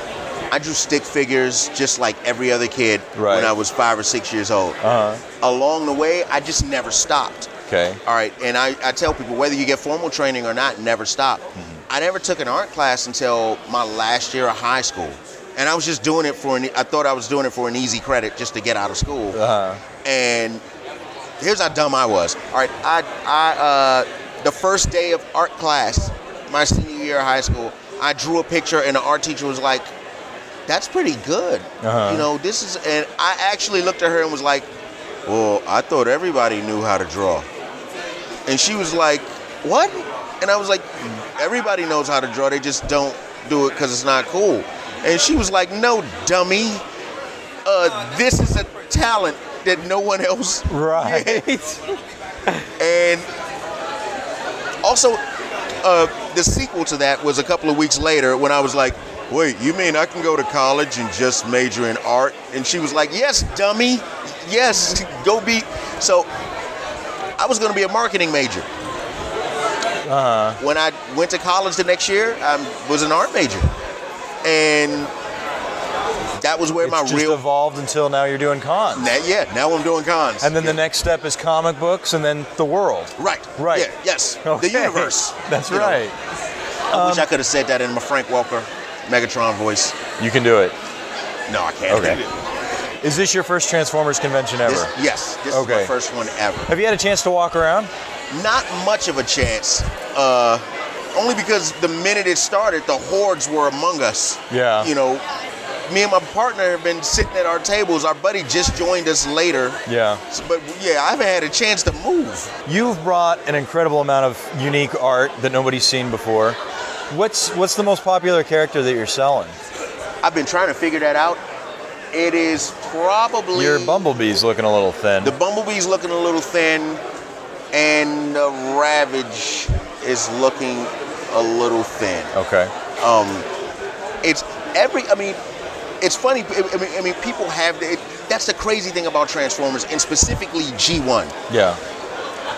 M: I drew stick figures just like every other kid when I was five or six years old.
A: Uh-huh.
M: Along the way, I just never stopped.
A: Okay.
M: All right, and I, I tell people whether you get formal training or not, never stop.
A: Mm-hmm.
M: I never took an art class until my last year of high school. And I was just doing it for an, I thought I was doing it for an easy credit just to get out of school.
A: Uh-huh.
M: And here's how dumb I was. All right, I, I uh, the first day of art class, my senior year of high school, I drew a picture and the art teacher was like, that's pretty good.
B: Uh-huh.
M: You know, this is, and I actually looked at her and was like, well, I thought everybody knew how to draw. And she was like, what? And I was like, everybody knows how to draw, they just don't do it because it's not cool. And she was like, no, dummy. Uh, this is a talent that no one else
A: right
M: and also uh, the sequel to that was a couple of weeks later when i was like wait you mean i can go to college and just major in art and she was like yes dummy yes go be so i was going to be a marketing major
A: Uh,
M: when I went to college the next year, I was an art major, and that was where
A: it's
M: my
A: just
M: real
A: evolved until now you're doing cons.
M: Now- yeah, now I'm doing cons.
A: And then the next step is comic books, and then the world.
M: right,
A: Right.
M: yeah, yes,
A: Okay.
M: the universe.
A: That's
M: you know.
A: right.
M: I
A: Um,
M: wish I could have said that in my Frank Welker Megatron voice.
A: You can do it.
M: No, I can't.
A: Okay. Is this your first Transformers convention ever?
M: This- yes, this is
A: Okay.
M: my first one ever.
A: Have you had a chance to walk around?
M: Not much of a chance. Uh, only because the minute it started, the hordes were among us.
A: Yeah.
M: You know, me and my partner have been sitting at our tables. Our buddy just joined us later.
A: Yeah.
M: So- But yeah, I haven't had a chance to move.
A: You've brought an incredible amount of unique art that nobody's seen before. What's what's the most popular character that you're selling?
M: I've been trying to figure that out. It is probably
A: Your bumblebee's looking a little thin.
M: the bumblebee's looking a little thin, and the ravage is looking a little thin.
A: okay.
M: um, it's every. I mean, it's funny. I I mean, I mean people have. It, that's the crazy thing about Transformers, and specifically G1.
A: Yeah.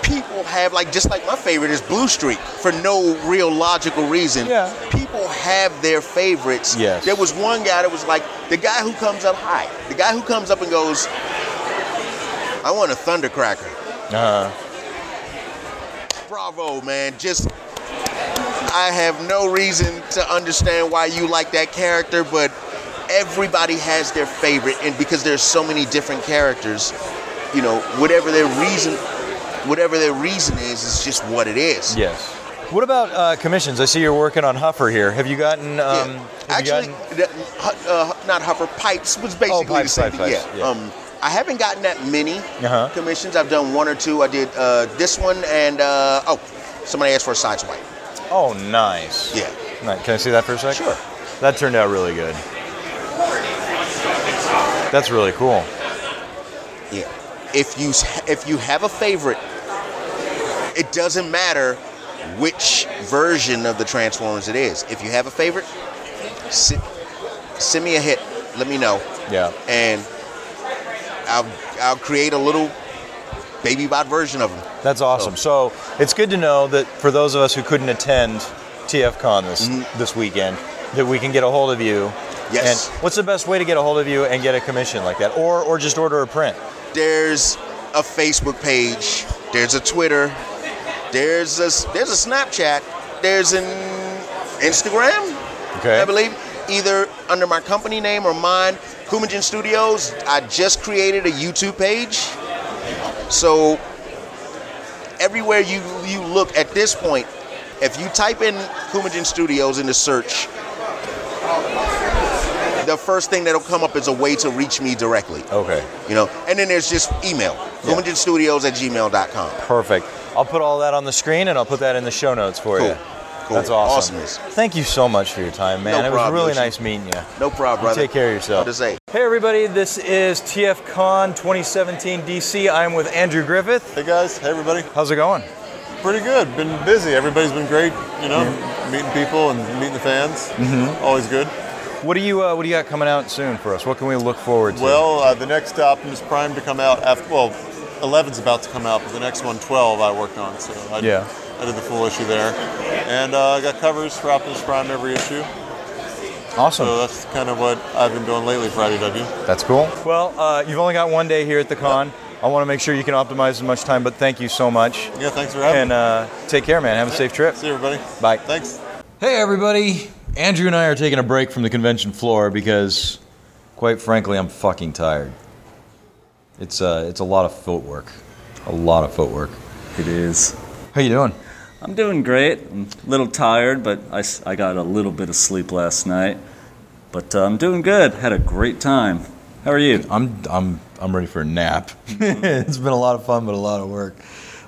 M: People have like just like my favorite is Blue Streak for no real logical reason. Yeah. People have their favorites.
A: Yes.
M: There was one guy that was like the guy who comes up high. The guy who comes up and goes, "I want a Thundercracker."
A: Uh,
M: Bravo, man. Just I have no reason to understand why you like that character, but everybody has their favorite and because there's so many different characters, you know, whatever their reason whatever their reason is, is just what it is.
A: Yes. What about uh, commissions? I see you're working on Huffer here. Have you gotten? Um, have you
M: Actually,
A: gotten- Oh,
M: the- hu- uh, not Huffer Pipes was basically
A: Pipes,
M: the same.
A: Pipes,
M: thing.
A: Pipes,
M: yeah.
A: yeah.
M: Um, I haven't gotten that many
A: Uh-huh.
M: commissions. I've done one or two. I did uh, this one and uh, oh, somebody asked for a side swipe.
A: Oh, nice.
M: Yeah.
A: Right, Can I see that for a sec? Sure. That turned out really good. That's really cool.
M: Yeah. If you if you have a favorite, it doesn't matter which version of the Transformers it is. If you have a favorite, si- send me a hit. Let me know.
A: Yeah.
M: And I'll I'll create a little baby bot version of them.
A: That's awesome. So it's good to know that for those of us who couldn't attend TFCon this this weekend, that we can get a hold of you.
M: Yes.
A: And what's the best way to get a hold of you and get a commission like that, or or just order a print?
M: There's a Facebook page. There's a Twitter. There's a there's a Snapchat. There's an Instagram.
A: Okay.
M: I believe either under my company name or mine, Kumagen Studios. I just created a YouTube page. So everywhere you you look at this point, if you type in Kumagen Studios into search, the first thing that'll come up is a way to reach me directly.
A: Okay.
M: You know, and then there's just email, Studios at gmail.com.
A: Perfect. I'll put all that on the screen and I'll put that in the show notes for you.
M: Cool.
A: That's awesome.
M: Awesomeness.
A: Thank you so much for your time, man.
M: No
A: it
M: problem,
A: was really nice
M: Yoshi.
A: meeting you.
M: No problem,
A: You
M: brother.
A: Take care of yourself.
M: What to say?
A: Hey everybody, this is TFCon 2017 DC. I'm with Andrew Griffith.
N: Hey guys, hey everybody.
A: How's it going?
N: Pretty good. Been busy. Everybody's been great. You know, meeting people and meeting the fans.
A: Mhm.
N: Always good.
A: What do you uh, What do you got coming out soon for us? What can we look forward to?
N: Well, uh, the next Optimus Prime to come out after. Well, 11's about to come out, but the next one, 12, I worked on. So I,
A: Yeah.
N: I did the full issue there, and uh, I got covers for Optimus Prime every issue.
A: Awesome.
N: So that's kind of what I've been doing lately for IDW.
A: That's cool. Well, uh, you've only got one day here at the con. I want to make sure you can optimize as much time, but thank you so much.
N: Yeah, thanks for having
A: And uh, take care, man. Have a safe trip.
N: See you, everybody.
A: Bye.
N: Thanks.
A: Hey, everybody. Andrew and I are taking a break from the convention floor because, quite frankly, I'm fucking tired. It's uh, it's a lot of footwork, a lot of footwork.
O: It is.
A: How you doing?
O: I'm doing great. I'm a little tired, but I, s- I got a little bit of sleep last night. But uh, I'm doing good. Had a great time. How are you?
A: I'm I'm I'm ready for a nap. it's been a lot of fun, but a lot of work.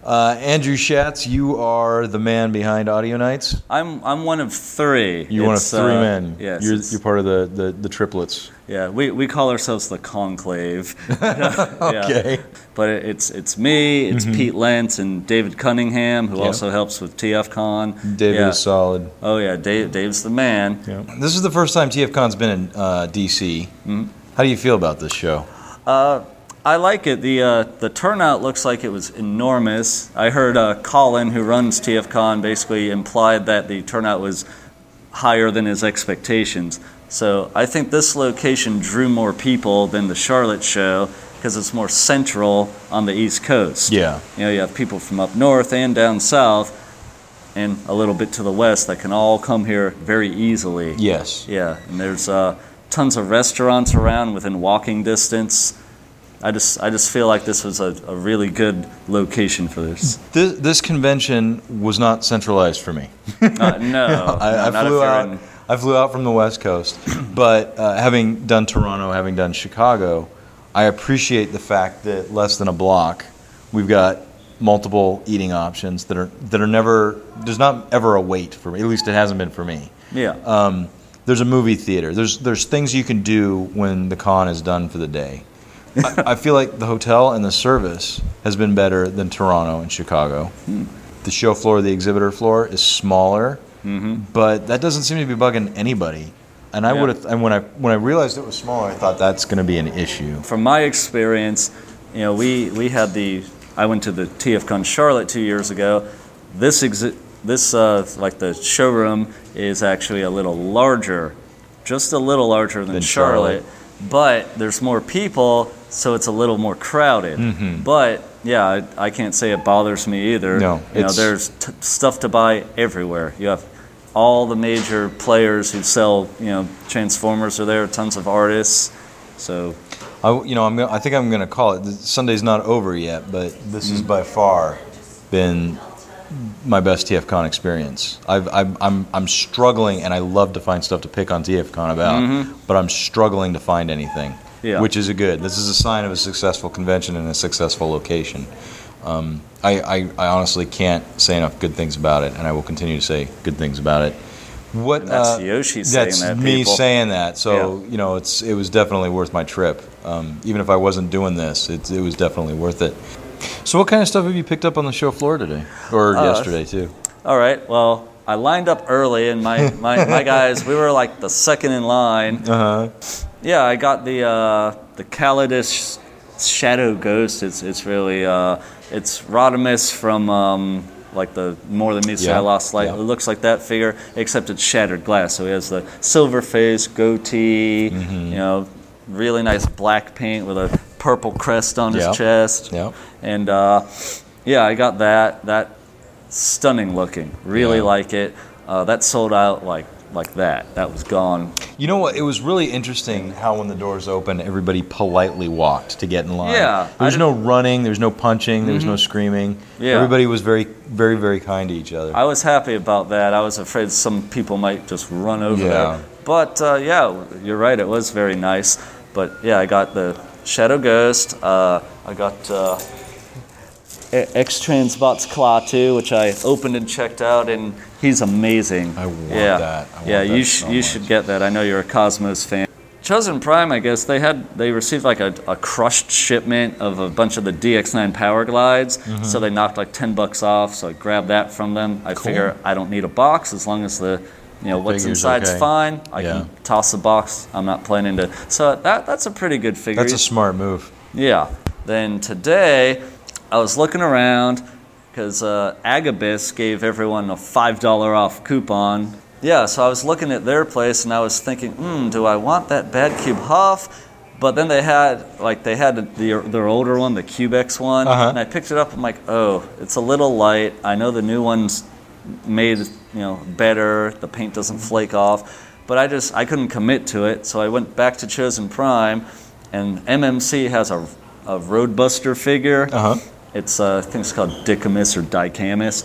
A: Uh, Andrew Schatz, you are the man behind Audio Nights.
O: I'm I'm one of three.
A: You want
O: It's,
A: three
O: uh,
A: men.
O: Yes.
A: you're,
O: it's-
A: you're part of the, the, the triplets.
O: Yeah, we, we call ourselves the Conclave. Yeah.
A: Okay.
O: But it- it's it's me, it's
A: Mhm.
O: Pete Lentz, and David Cunningham, who
A: Yeah.
O: also helps with TFCon.
A: David
O: Yeah.
A: is solid.
O: Oh yeah, Dave Dave's the man.
A: This is the first time TFCon's been in uh, DC. How do you feel about this show?
O: Uh, I like it. The uh, the turnout looks like it was enormous. I heard uh, Colin, who runs TFCon, basically implied that the turnout was higher than his expectations. So I think this location drew more people than the Charlotte show because it's more central on the East Coast.
A: Yeah.
O: You know, you have people from up north and down south and a little bit to the west that can all come here very easily.
A: Yes.
O: Yeah, and there's uh, tons of restaurants around within walking distance. I just I just feel like this was a, a really good location for this.
A: This, this convention was not centralized for me. I,
O: Uh, no, no, not
A: I
O: if
A: flew
O: you're
A: out.
O: in-
A: I flew out from the West Coast, but uh, having done Toronto, having done Chicago, I appreciate the fact that less than a block, we've got multiple eating options that are that are never. There's not ever a wait for me. At least it hasn't been for me.
O: Yeah.
A: Um, there's a movie theater. There's there's things you can do when the con is done for the day. I, I feel like the hotel and the service has been better than Toronto and Chicago. The show floor, the exhibitor floor, is smaller, Mm-hmm. but that doesn't seem to be bugging anybody. And I
O: Yeah.
A: would have, and when I when I realized it was smaller, I thought that's going to be an issue.
O: From my experience, you know, we we had the I went to the TFCon Charlotte two years ago. This exi- this uh, like the showroom is actually a little larger, just a little larger than,
A: Than
O: Charlotte, but there's more people, so it's a little more crowded.
A: Mhm.
O: But yeah, I, I can't say it bothers me either.
A: No,
O: you know,
A: it's-
O: there's t- stuff to buy everywhere. You have all the major players who sell, you know, Transformers are there, tons of artists. So
A: I, you know, I'm gonna, I think I'm going to call it. Sunday's not over yet, but this has by far been my best TFCon experience. I've, I'm, I'm, I'm struggling, and I love to find stuff to pick on TFCon about,
O: Mhm.
A: but I'm struggling to find anything,
O: Yeah.
A: which is a good. This is a sign of a successful convention and a successful location. Um, I, I, I honestly can't say enough good things about it, and I will continue to say good things about it. What
O: And that's
A: uh,
O: Yoshi saying
A: that's
O: that,
A: me
O: people.
A: saying that. So you know, it's it was definitely worth my trip. Um, even if I wasn't doing this, it, it was definitely worth it. So, what kind of stuff have you picked up on the show floor today or
O: Uh,
A: yesterday too?
O: All right. Well, I lined up early, and my, my, my guys, we were like the second in line.
A: Uh
O: Yeah, I got the uh, the Calidus Shadow Ghost. It's it's really uh, it's Rodimus from um, like the More Than Meets the
A: Yeah,
O: Eye Lost Light.
A: yeah.
O: It looks like that figure, except it's shattered glass. So he has the silver face, goatee,
A: Mm-hmm.
O: you know, really nice black paint with a purple crest on
A: Yeah,
O: his chest.
A: yeah.
O: And uh, yeah, I got that. That stunning looking. Really like it. Uh, that sold out like like that. That was gone
A: huh. You know what? It was really interesting how when the doors opened, everybody politely walked to get in line.
O: Yeah,
A: there
O: I
A: was
O: did-
A: no running, there was no punching, there was no screaming.
O: Yeah.
A: everybody was very, very, very kind to each other.
O: I was happy about that. I was afraid some people might just run over
A: Yeah.
O: there. But uh, yeah, you're right. It was very nice. But yeah, I got the Shadow Ghost. Uh, I got uh, X Transbot's Claw too, which I opened and checked out, and he's amazing. I want yeah.
A: that. I want
O: yeah, you
A: that
O: sh-
A: so
O: you should get that. I know you're a Cosmos fan. Chosen Prime, I guess they had they received like a, a crushed shipment of a bunch of the DX9 Power Glides,
A: Mm-hmm.
O: so they knocked like ten bucks off. So I grabbed that from them. I
A: Cool.
O: figure I don't need a box as long as the you know what's
A: Figure's
O: inside's
A: okay.
O: fine. I
A: Yeah.
O: can toss the box. I'm not planning to. So that that's a pretty good figure.
A: That's a smart move.
O: Yeah. Then today, I was looking around because uh, Agabus gave everyone a five dollar off coupon. Yeah, so I was looking at their place and I was thinking, hmm, do I want that Bad Cube Huff? But then they had like they had the, their older one, the Cubex one,
A: Uh-huh.
O: and I picked it up. I'm like, oh, it's a little light. I know the new one's made you know better. The paint doesn't flake off, but I just I couldn't commit to it. So I went back to Chosen Prime, and MMC has a, a Roadbuster figure. Uh-huh. It's uh, I think it's called Dicamus or Dicamus,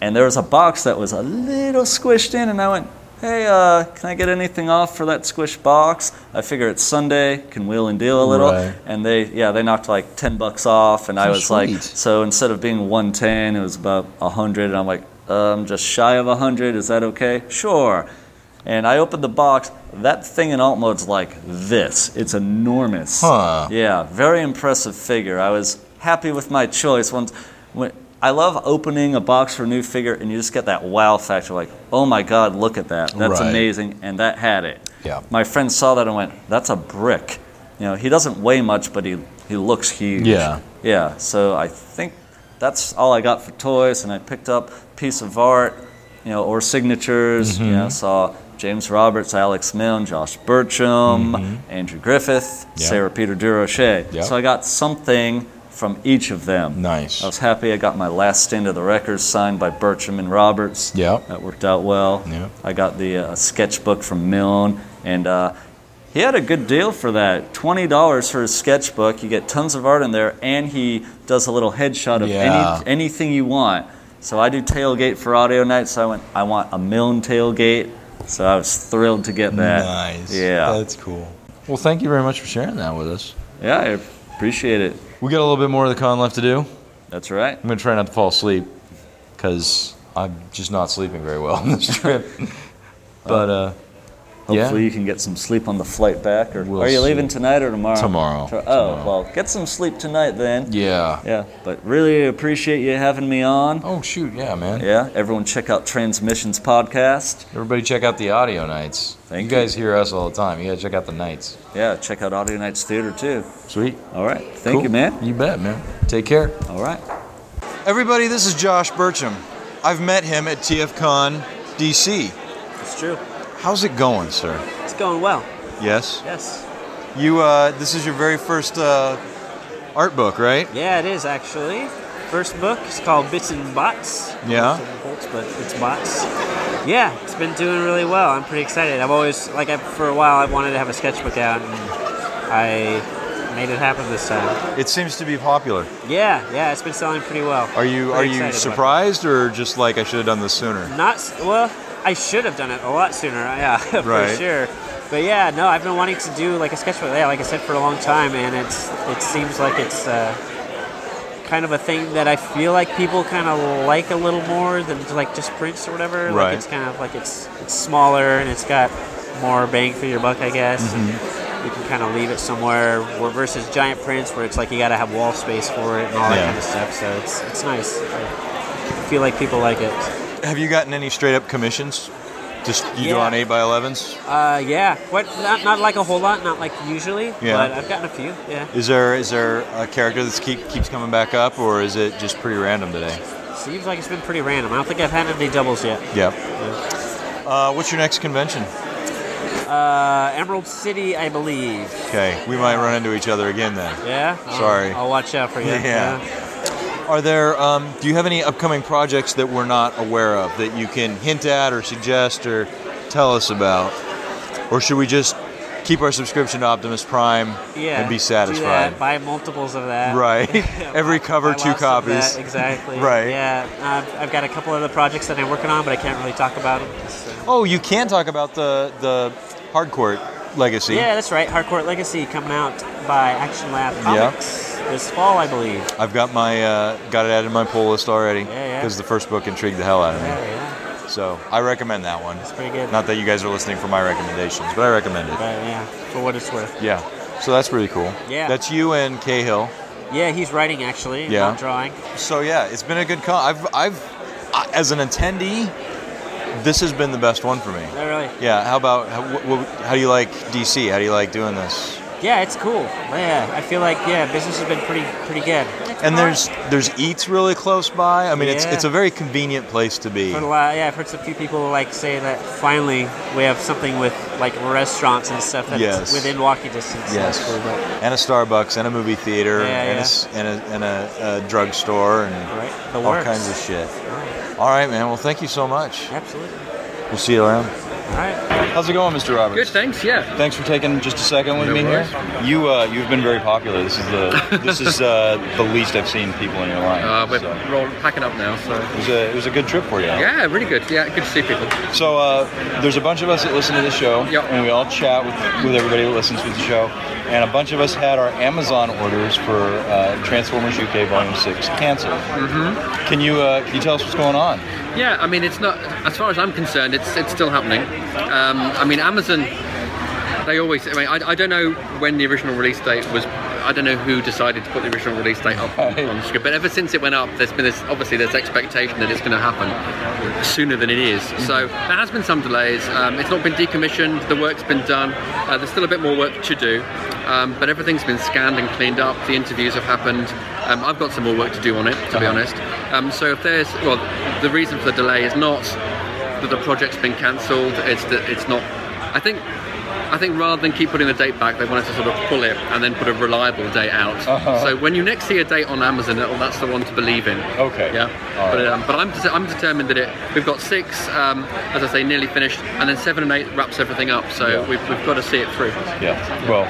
O: and there was a box that was a little squished in, and I went, "Hey, uh, can I get anything off for that squished box?" I figure it's Sunday, can wheel and deal a little,
A: Right.
O: and they yeah they knocked like ten bucks off, and I
A: Oh,
O: was like,
A: sweet.
O: so instead of being one ten, it was about hundred, and I'm like, um, just shy of hundred. Is that okay? Sure. And I opened the box. That thing in alt mode's like this. It's enormous.
A: Huh.
O: Yeah, very impressive figure. I was happy with my choice. Once, when I love opening a box for a new figure, and you just get that wow factor. Like, oh my god, look at that. That's
A: Right.
O: amazing. And that had it.
A: Yeah.
O: My friend saw that and went, "That's a brick." You know, he doesn't weigh much, but he he looks huge.
A: Yeah.
O: Yeah. So I think that's all I got for toys, and I picked up a piece of art, you know, or signatures. You know,
A: Mhm.
O: saw James Roberts, Alex Milne, Josh Burcham, Andrew Griffith,
A: Mm-hmm. Yeah.
O: Sarah Peter Durocher.
A: Yeah.
O: So I got something from each of them. Nice. I was happy. I got my last stand of the records signed by Burcham and Roberts.
A: Yeah.
O: That worked out well.
A: Yeah.
O: I got the uh, sketchbook from Milne, and uh, he had a good deal for that. Twenty dollars for his sketchbook. You get tons of art in there, and he does a little headshot of
A: Yeah.
O: any anything you want. So I do tailgate for audio night. So I went. I want a Milne tailgate. So I was thrilled to get that.
A: Nice.
O: Yeah.
A: That's cool. Well, thank you very much for sharing that with us.
O: Yeah, I appreciate it.
A: We got a little bit more of the con left to do.
O: That's right.
A: I'm gonna try not to fall asleep because I'm just not sleeping very well on this trip. but uh, yeah.
O: Hopefully you can get some sleep on the flight back. Or
A: We'll
O: are you
A: see.
O: leaving tonight or tomorrow?
A: Tomorrow.
O: Oh
A: Tomorrow.
O: well, get some sleep tonight then.
A: Yeah.
O: Yeah, but really appreciate you having me on.
A: Oh shoot, yeah, man.
O: Yeah, everyone check out Transmissions podcast.
A: Everybody check out the audio nights.
O: Thank
A: you guys hear us all the time. You gotta check out the nights.
O: Yeah, check out Audio Nights Theater too.
A: Sweet.
O: All right. Thank
A: Cool.
O: you, man.
A: You bet, man. Take care.
O: All right.
A: Everybody, this is Josh Burcham. I've met him at TFCon DC.
P: It's true.
A: How's it going, sir?
P: It's going well.
A: Yes.
P: Yes.
A: You. Uh, this is your very first uh, art book, right?
P: Yeah, it is actually. First book is called Bits and Bots.
A: Yeah.
P: Bits and Bolts, but it's bots. Yeah, it's been doing really well. I'm pretty excited. I've always like I, for a while I wanted to have a sketchbook out, and I made it happen this time.
A: It seems to be popular.
P: Yeah, yeah, it's been selling pretty well.
A: Are you are
P: Pretty
A: you
P: excited about
A: surprised or just like I should have done this sooner?
P: it. Not s- well. I should have done it a lot sooner. Yeah, for
A: Right.
P: sure. But yeah, no, I've been wanting to do like a sketchbook. Yeah, like I said for a long time, and it's it seems like it's uh, kind of a thing that I feel like people kind of like a little more than like just prints or whatever.
A: Right.
P: Like it's kind of like it's it's smaller and it's got more bang for your buck, I guess.
A: Mhm.
P: You can kind of leave it somewhere where- versus giant prints where it's like you got to have wall space for it and all that
A: Yeah.
P: kind of stuff. So it's it's nice. I feel like people like it.
A: Have you gotten any straight up commissions? Just you
P: Yeah.
A: drawing eight by elevens?
P: Uh, yeah, what? Not, not like a whole lot, not like usually,
A: Yeah.
P: but I've gotten a few. Yeah.
A: Is there is there a character that's keep, keeps coming back up or is it just pretty random today?
P: Seems like it's been pretty random. I don't think I've had any doubles yet.
A: Yep. Uh, what's your next convention?
P: Uh, Emerald City, I believe.
A: Okay, we might run into each other again then.
P: Yeah. I'll-
A: Sorry.
P: I'll, watch out for you.
A: Yeah. Are there? Um, do you have any upcoming projects that we're not aware of that you can hint at or suggest or tell us about, or should we just keep our subscription to Optimus Prime
P: Yeah.
A: and be
P: Do
A: satisfied?
P: that, buy multiples of that.
A: Right. Every cover,
P: Buy
A: two
P: lots of that,
A: copies.
P: Exactly.
A: Right.
P: Yeah. Uh, I've got a couple other projects that I'm working on, but I can't really talk about them. So.
A: Oh, you can talk about the the hardcore legacy.
P: Yeah, that's right. Hardcore Legacy coming out by Action Lab
A: Yeah.
P: Comics this fall, I believe.
A: I've got my uh, got it added to my pull list already
P: yeah.
A: the first book intrigued the hell out of me.
P: Yeah, yeah.
A: So I recommend that one. It's
P: pretty good.
A: Not that you guys are listening for my recommendations, but I recommend it.
P: But yeah, for what it's worth.
A: Yeah. So that's really cool.
P: Yeah.
A: That's you and Cahill.
P: Yeah, he's writing actually.
A: Yeah.
P: Not drawing.
A: So yeah, it's been a good con. I've I've I, as an attendee, this has been the best one for me.
P: Oh, really?
A: Yeah. How about how, wh- wh- how do you like DC? How do you like doing this?
P: Yeah, it's cool. Yeah, I feel like yeah, business has been pretty pretty good.
A: And there's there's eats really close by. I mean, it's
P: Yeah.
A: it's a very convenient place to be.
P: Heard a lot, yeah, I've heard some few people like say that finally we have something with like restaurants and stuff that's
A: Yes.
P: within walking distance.
A: Yes.
P: That's cool, but-
A: And a Starbucks and a movie theater
P: Yeah,
A: and, A,
P: yeah.
A: s- and a and a, a drugstore and
P: Right, the
A: all
P: works.
A: kinds of shit. All right, man. Well, thank you so much.
P: Absolutely.
A: We'll see you around.
P: All right.
A: How's it going, Mr. Roberts?
Q: Good, thanks. Yeah.
A: Thanks for taking just a second with
Q: No
A: me
Q: worries.
A: here. You uh, you've been very popular. This is the this is uh, the least I've seen people in your line.
Q: Uh, we're
A: so.
Q: roll- packing up now, so.
A: It was a it was a good trip for you.
Q: Yeah, really good. Yeah, good to see people.
A: So uh, there's a bunch of us that listen to the show, and we all chat with, with everybody that listens to the show. And a bunch of us had our Amazon orders for uh, Transformers UK Volume Six canceled.
Q: Mm-hmm.
A: Can you uh, can you tell us what's going on?
Q: Yeah, I mean, it's not. As far as I'm concerned, it's it's still happening. Um, I mean, Amazon. They always. I mean, I, I don't know when the original release date was. I don't know who decided to put the original release date up on, on script, but ever since it went up, there's been this obviously this expectation that it's going to happen sooner than it is. So there has been some delays. Um, it's not been decommissioned. The work's been done. Uh, there's still a bit more work to do, um, but everything's been scanned and cleaned up. The interviews have happened. Um, I've got some more work to do on it, to be
A: Uh-huh.
Q: honest. Um, so if there's well, the reason for the delay is not that the project's been cancelled. It's that it's not. I think. I think rather than keep putting the date back, they wanted to sort of pull it and then put a reliable date out.
A: Uh-huh.
Q: So when you next see a date on Amazon, that- that's the one to believe in.
A: Okay.
Q: Yeah.
A: All
Q: But,
A: right.
Q: um, but I'm, de- I'm determined that it. We've got six, um, as I say, nearly finished, and then seven and eight wraps everything up. So
A: Yeah.
Q: we've, we've got to see it through.
A: Yeah. Well,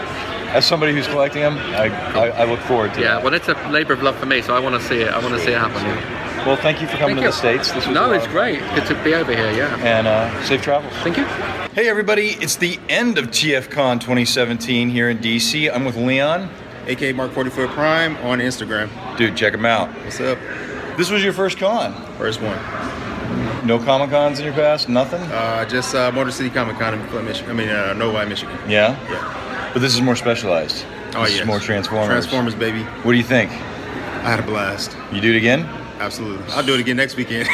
A: as somebody who's collecting them, I, I, I look forward to.
Q: Yeah. Well, it's a labour of love for me, so I want to see it. I want to see it happen. yeah.
A: That. Well, thank you for coming
Q: Thank
A: to
Q: you.
A: the states. This was a
Q: no,
A: lot
Q: it's
A: of-
Q: great. Good to be over here. Yeah.
A: and uh, safe travels.
Q: Thank you.
A: Hey, everybody, it's the end of TFCon 2017 here in DC. I'm with Leon, aka Mark44 Prime, on Instagram. Dude, check him out. What's up? This was your first con. First one. No Comic Cons in your past? Nothing? Uh, just uh, Motor City Comic Con in Flemish. I mean, uh, Novi, Michigan. Yeah? Yeah. But this is more specialized.
R: Oh,
A: This is
R: yes.
A: more Transformers.
R: Transformers, baby.
A: What do you think?
R: I had a blast.
A: You do it again?
R: Absolutely. I'll do it again next weekend.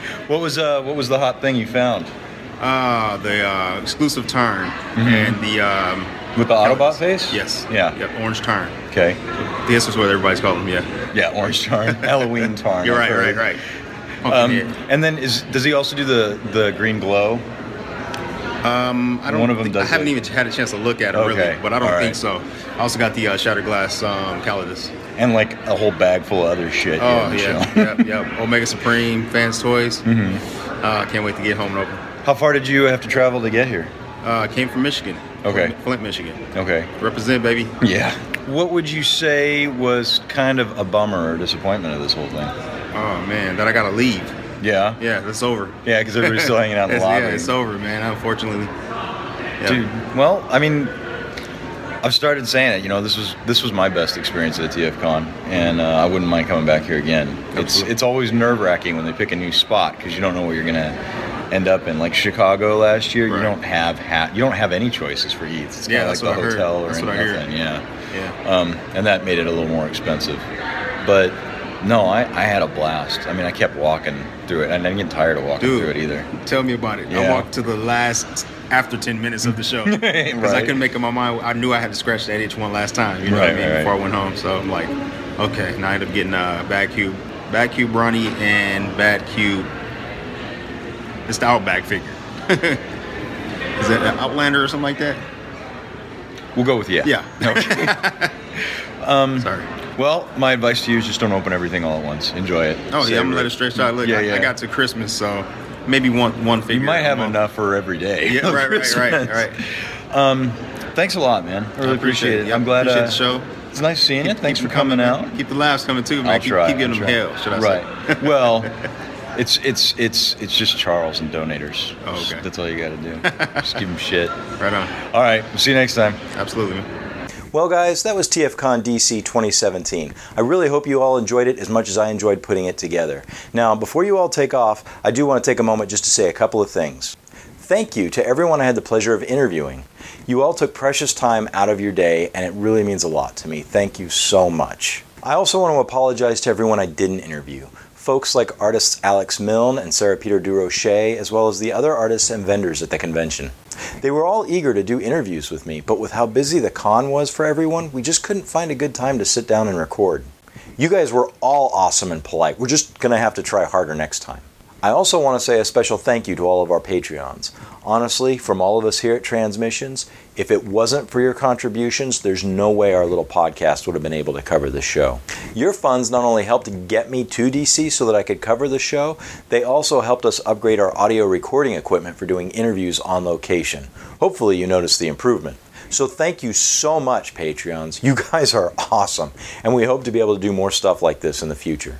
A: what was uh, what was the hot thing you found? Mm-hmm.
R: Uh, the uh, exclusive turn and the um,
A: with the Autobot face.
R: Yes.
A: Yeah.
R: Yep. Orange turn.
A: Okay.
R: This is what everybody's calling them. Yeah.
A: Yeah. Orange turn. Halloween turn.
R: You're right.
A: I've
R: Right.
A: heard.
R: Right.
A: Um, and then is does he also do the the green glow?
R: Um, I don't.
A: One of them
R: think-
A: does
R: I haven't
A: it.
R: even had a chance to look at it
A: Okay,
R: really, but I don't
A: all right.
R: think so. I also got the uh, Shattered Glass um, Calidus.
A: And like a whole bag full of other shit. you
R: Oh
A: haven't
R: yeah.
A: shown.
R: yep. Yep. Omega Supreme fans toys.
A: Mhm.
R: Uh, can't wait to get home and open.
A: How far did you have to travel to get here?
R: Uh, came from Michigan.
A: Okay.
R: Flint, Michigan.
A: Okay.
R: Represent, baby.
A: Yeah. What would you say was kind of a bummer or disappointment of this whole thing?
R: Oh man, that I gotta leave.
A: Yeah.
R: Yeah, that's over.
A: Yeah, because everybody's still hanging out in the
R: It's-
A: lobby.
R: Yeah, it's over, man. Unfortunately. Yeah.
A: Dude, well, I mean, I've started saying it. You know, this was this was my best experience at TFCon, and uh, I wouldn't mind coming back here again. It's
R: Absolutely.
A: it's always nerve wracking when they pick a new spot because you don't know where you're gonna end up in. Like Chicago last year, you don't have ha- you don't have any choices for eats. It's
R: Yeah,
A: kind
R: that's
A: of like
R: what
A: the
R: I heard.
A: hotel or
R: That's what I heard.
A: nothing. Yeah.
R: Yeah.
A: Um, and that made it a little more expensive. But no, I, I had a blast. I mean, I kept walking through it. I didn't get tired of walking
R: Dude.
A: through it either.
R: Tell me about it.
A: Yeah.
R: I walked to the last after ten minutes of the show because I
A: Right.
R: couldn't make up my mind. I knew I had to scratch that itch one last time. You know what I
A: Right,
R: mean?
A: right, right.
R: Before I went home, so I'm like, okay. And I ended up getting uh, Bad Cube, Bad Cube Bronny, and Bad Cube. It's the Outback figure. Is that Outlander or something like that?
A: We'll go with yeah.
R: Yeah.
A: Okay. um, Sorry. Well, my advice to you is just don't open everything all at once. Enjoy it.
R: Oh yeah, I'm gonna
A: Savor
R: let it stretch out. Look,
A: yeah,
R: I,
A: yeah.
R: I got to Christmas, so maybe one one figure. You might have
A: enough for every day.
R: Yeah,
A: of
R: right, right, right,
A: Christmas.
R: right.
A: Um, thanks a lot, man. I really appreciate, it.
R: Yeah,
A: I'm glad.
R: Appreciate
A: uh,
R: the show.
A: It's nice seeing you. Thanks for coming out.
R: Keep the laughs coming too, man.
A: I'll
R: keep,
A: try.
R: keep giving
A: I'll
R: them hell.
A: try.
R: Should I say?
A: right. well, it's it's it's it's just Charles and donators. Oh, okay. That's all you got to do. just give them shit.
R: Right on.
A: All right. See you next time.
R: Absolutely.
A: Well, guys, that was TFCon DC 2017. I really hope you all enjoyed it as much as I enjoyed putting it together. Now, before you all take off, I do want to take a moment just to say a couple of things. Thank you to everyone I had the pleasure of interviewing. You all took precious time out of your day, and it really means a lot to me. Thank you so much. I also want to apologize to everyone I didn't interview. Folks like artists Alex Milne and Sarah Peter DuRocher, as well as the other artists and vendors at the convention. They were all eager to do interviews with me, but with how busy the con was for everyone, we just couldn't find a good time to sit down and record. You guys were all awesome and polite. We're just going to have to try harder next time. I also want to say a special thank you to all of our Patreons. Honestly, from all of us here at Transmissions, if it wasn't for your contributions, there's no way our little podcast would have been able to cover the show. Your funds not only helped get me to DC so that I could cover the show, they also helped us upgrade our audio recording equipment for doing interviews on location. Hopefully, you noticed the improvement. So thank you so much, Patreons. You guys are awesome, and we hope to be able to do more stuff like this in the future.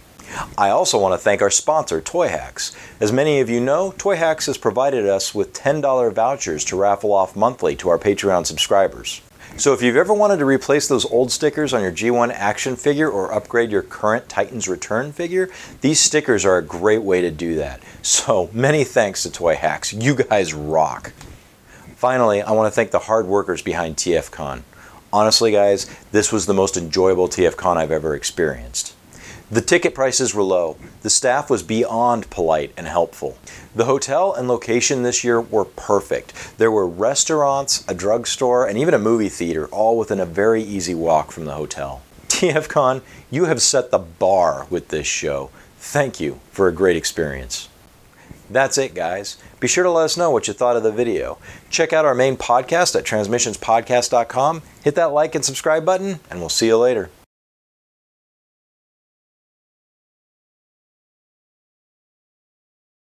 A: I also want to thank our sponsor, Toy Hacks. As many of you know, Toy Hacks has provided us with $10 vouchers to raffle off monthly to our Patreon subscribers. So if you've ever wanted to replace those old stickers on your G1 action figure or upgrade your current Titans Return figure, these stickers are a great way to do that. So many thanks to Toy Hacks. You guys rock. Finally, I want to thank the hard workers behind TFCon. Honestly, guys, this was the most enjoyable TFCon I've ever experienced. The ticket prices were low. The staff was beyond polite and helpful. The hotel and location this year were perfect. There were restaurants, a drugstore, and even a movie theater, all within a very easy walk from the hotel. TFCon, you have set the bar with this show. Thank you for a great experience. That's it, guys. Be sure to let us know what you thought of the video. Check out our main podcast at transmissionspodcast.com. Hit that like and subscribe button, and we'll see you later.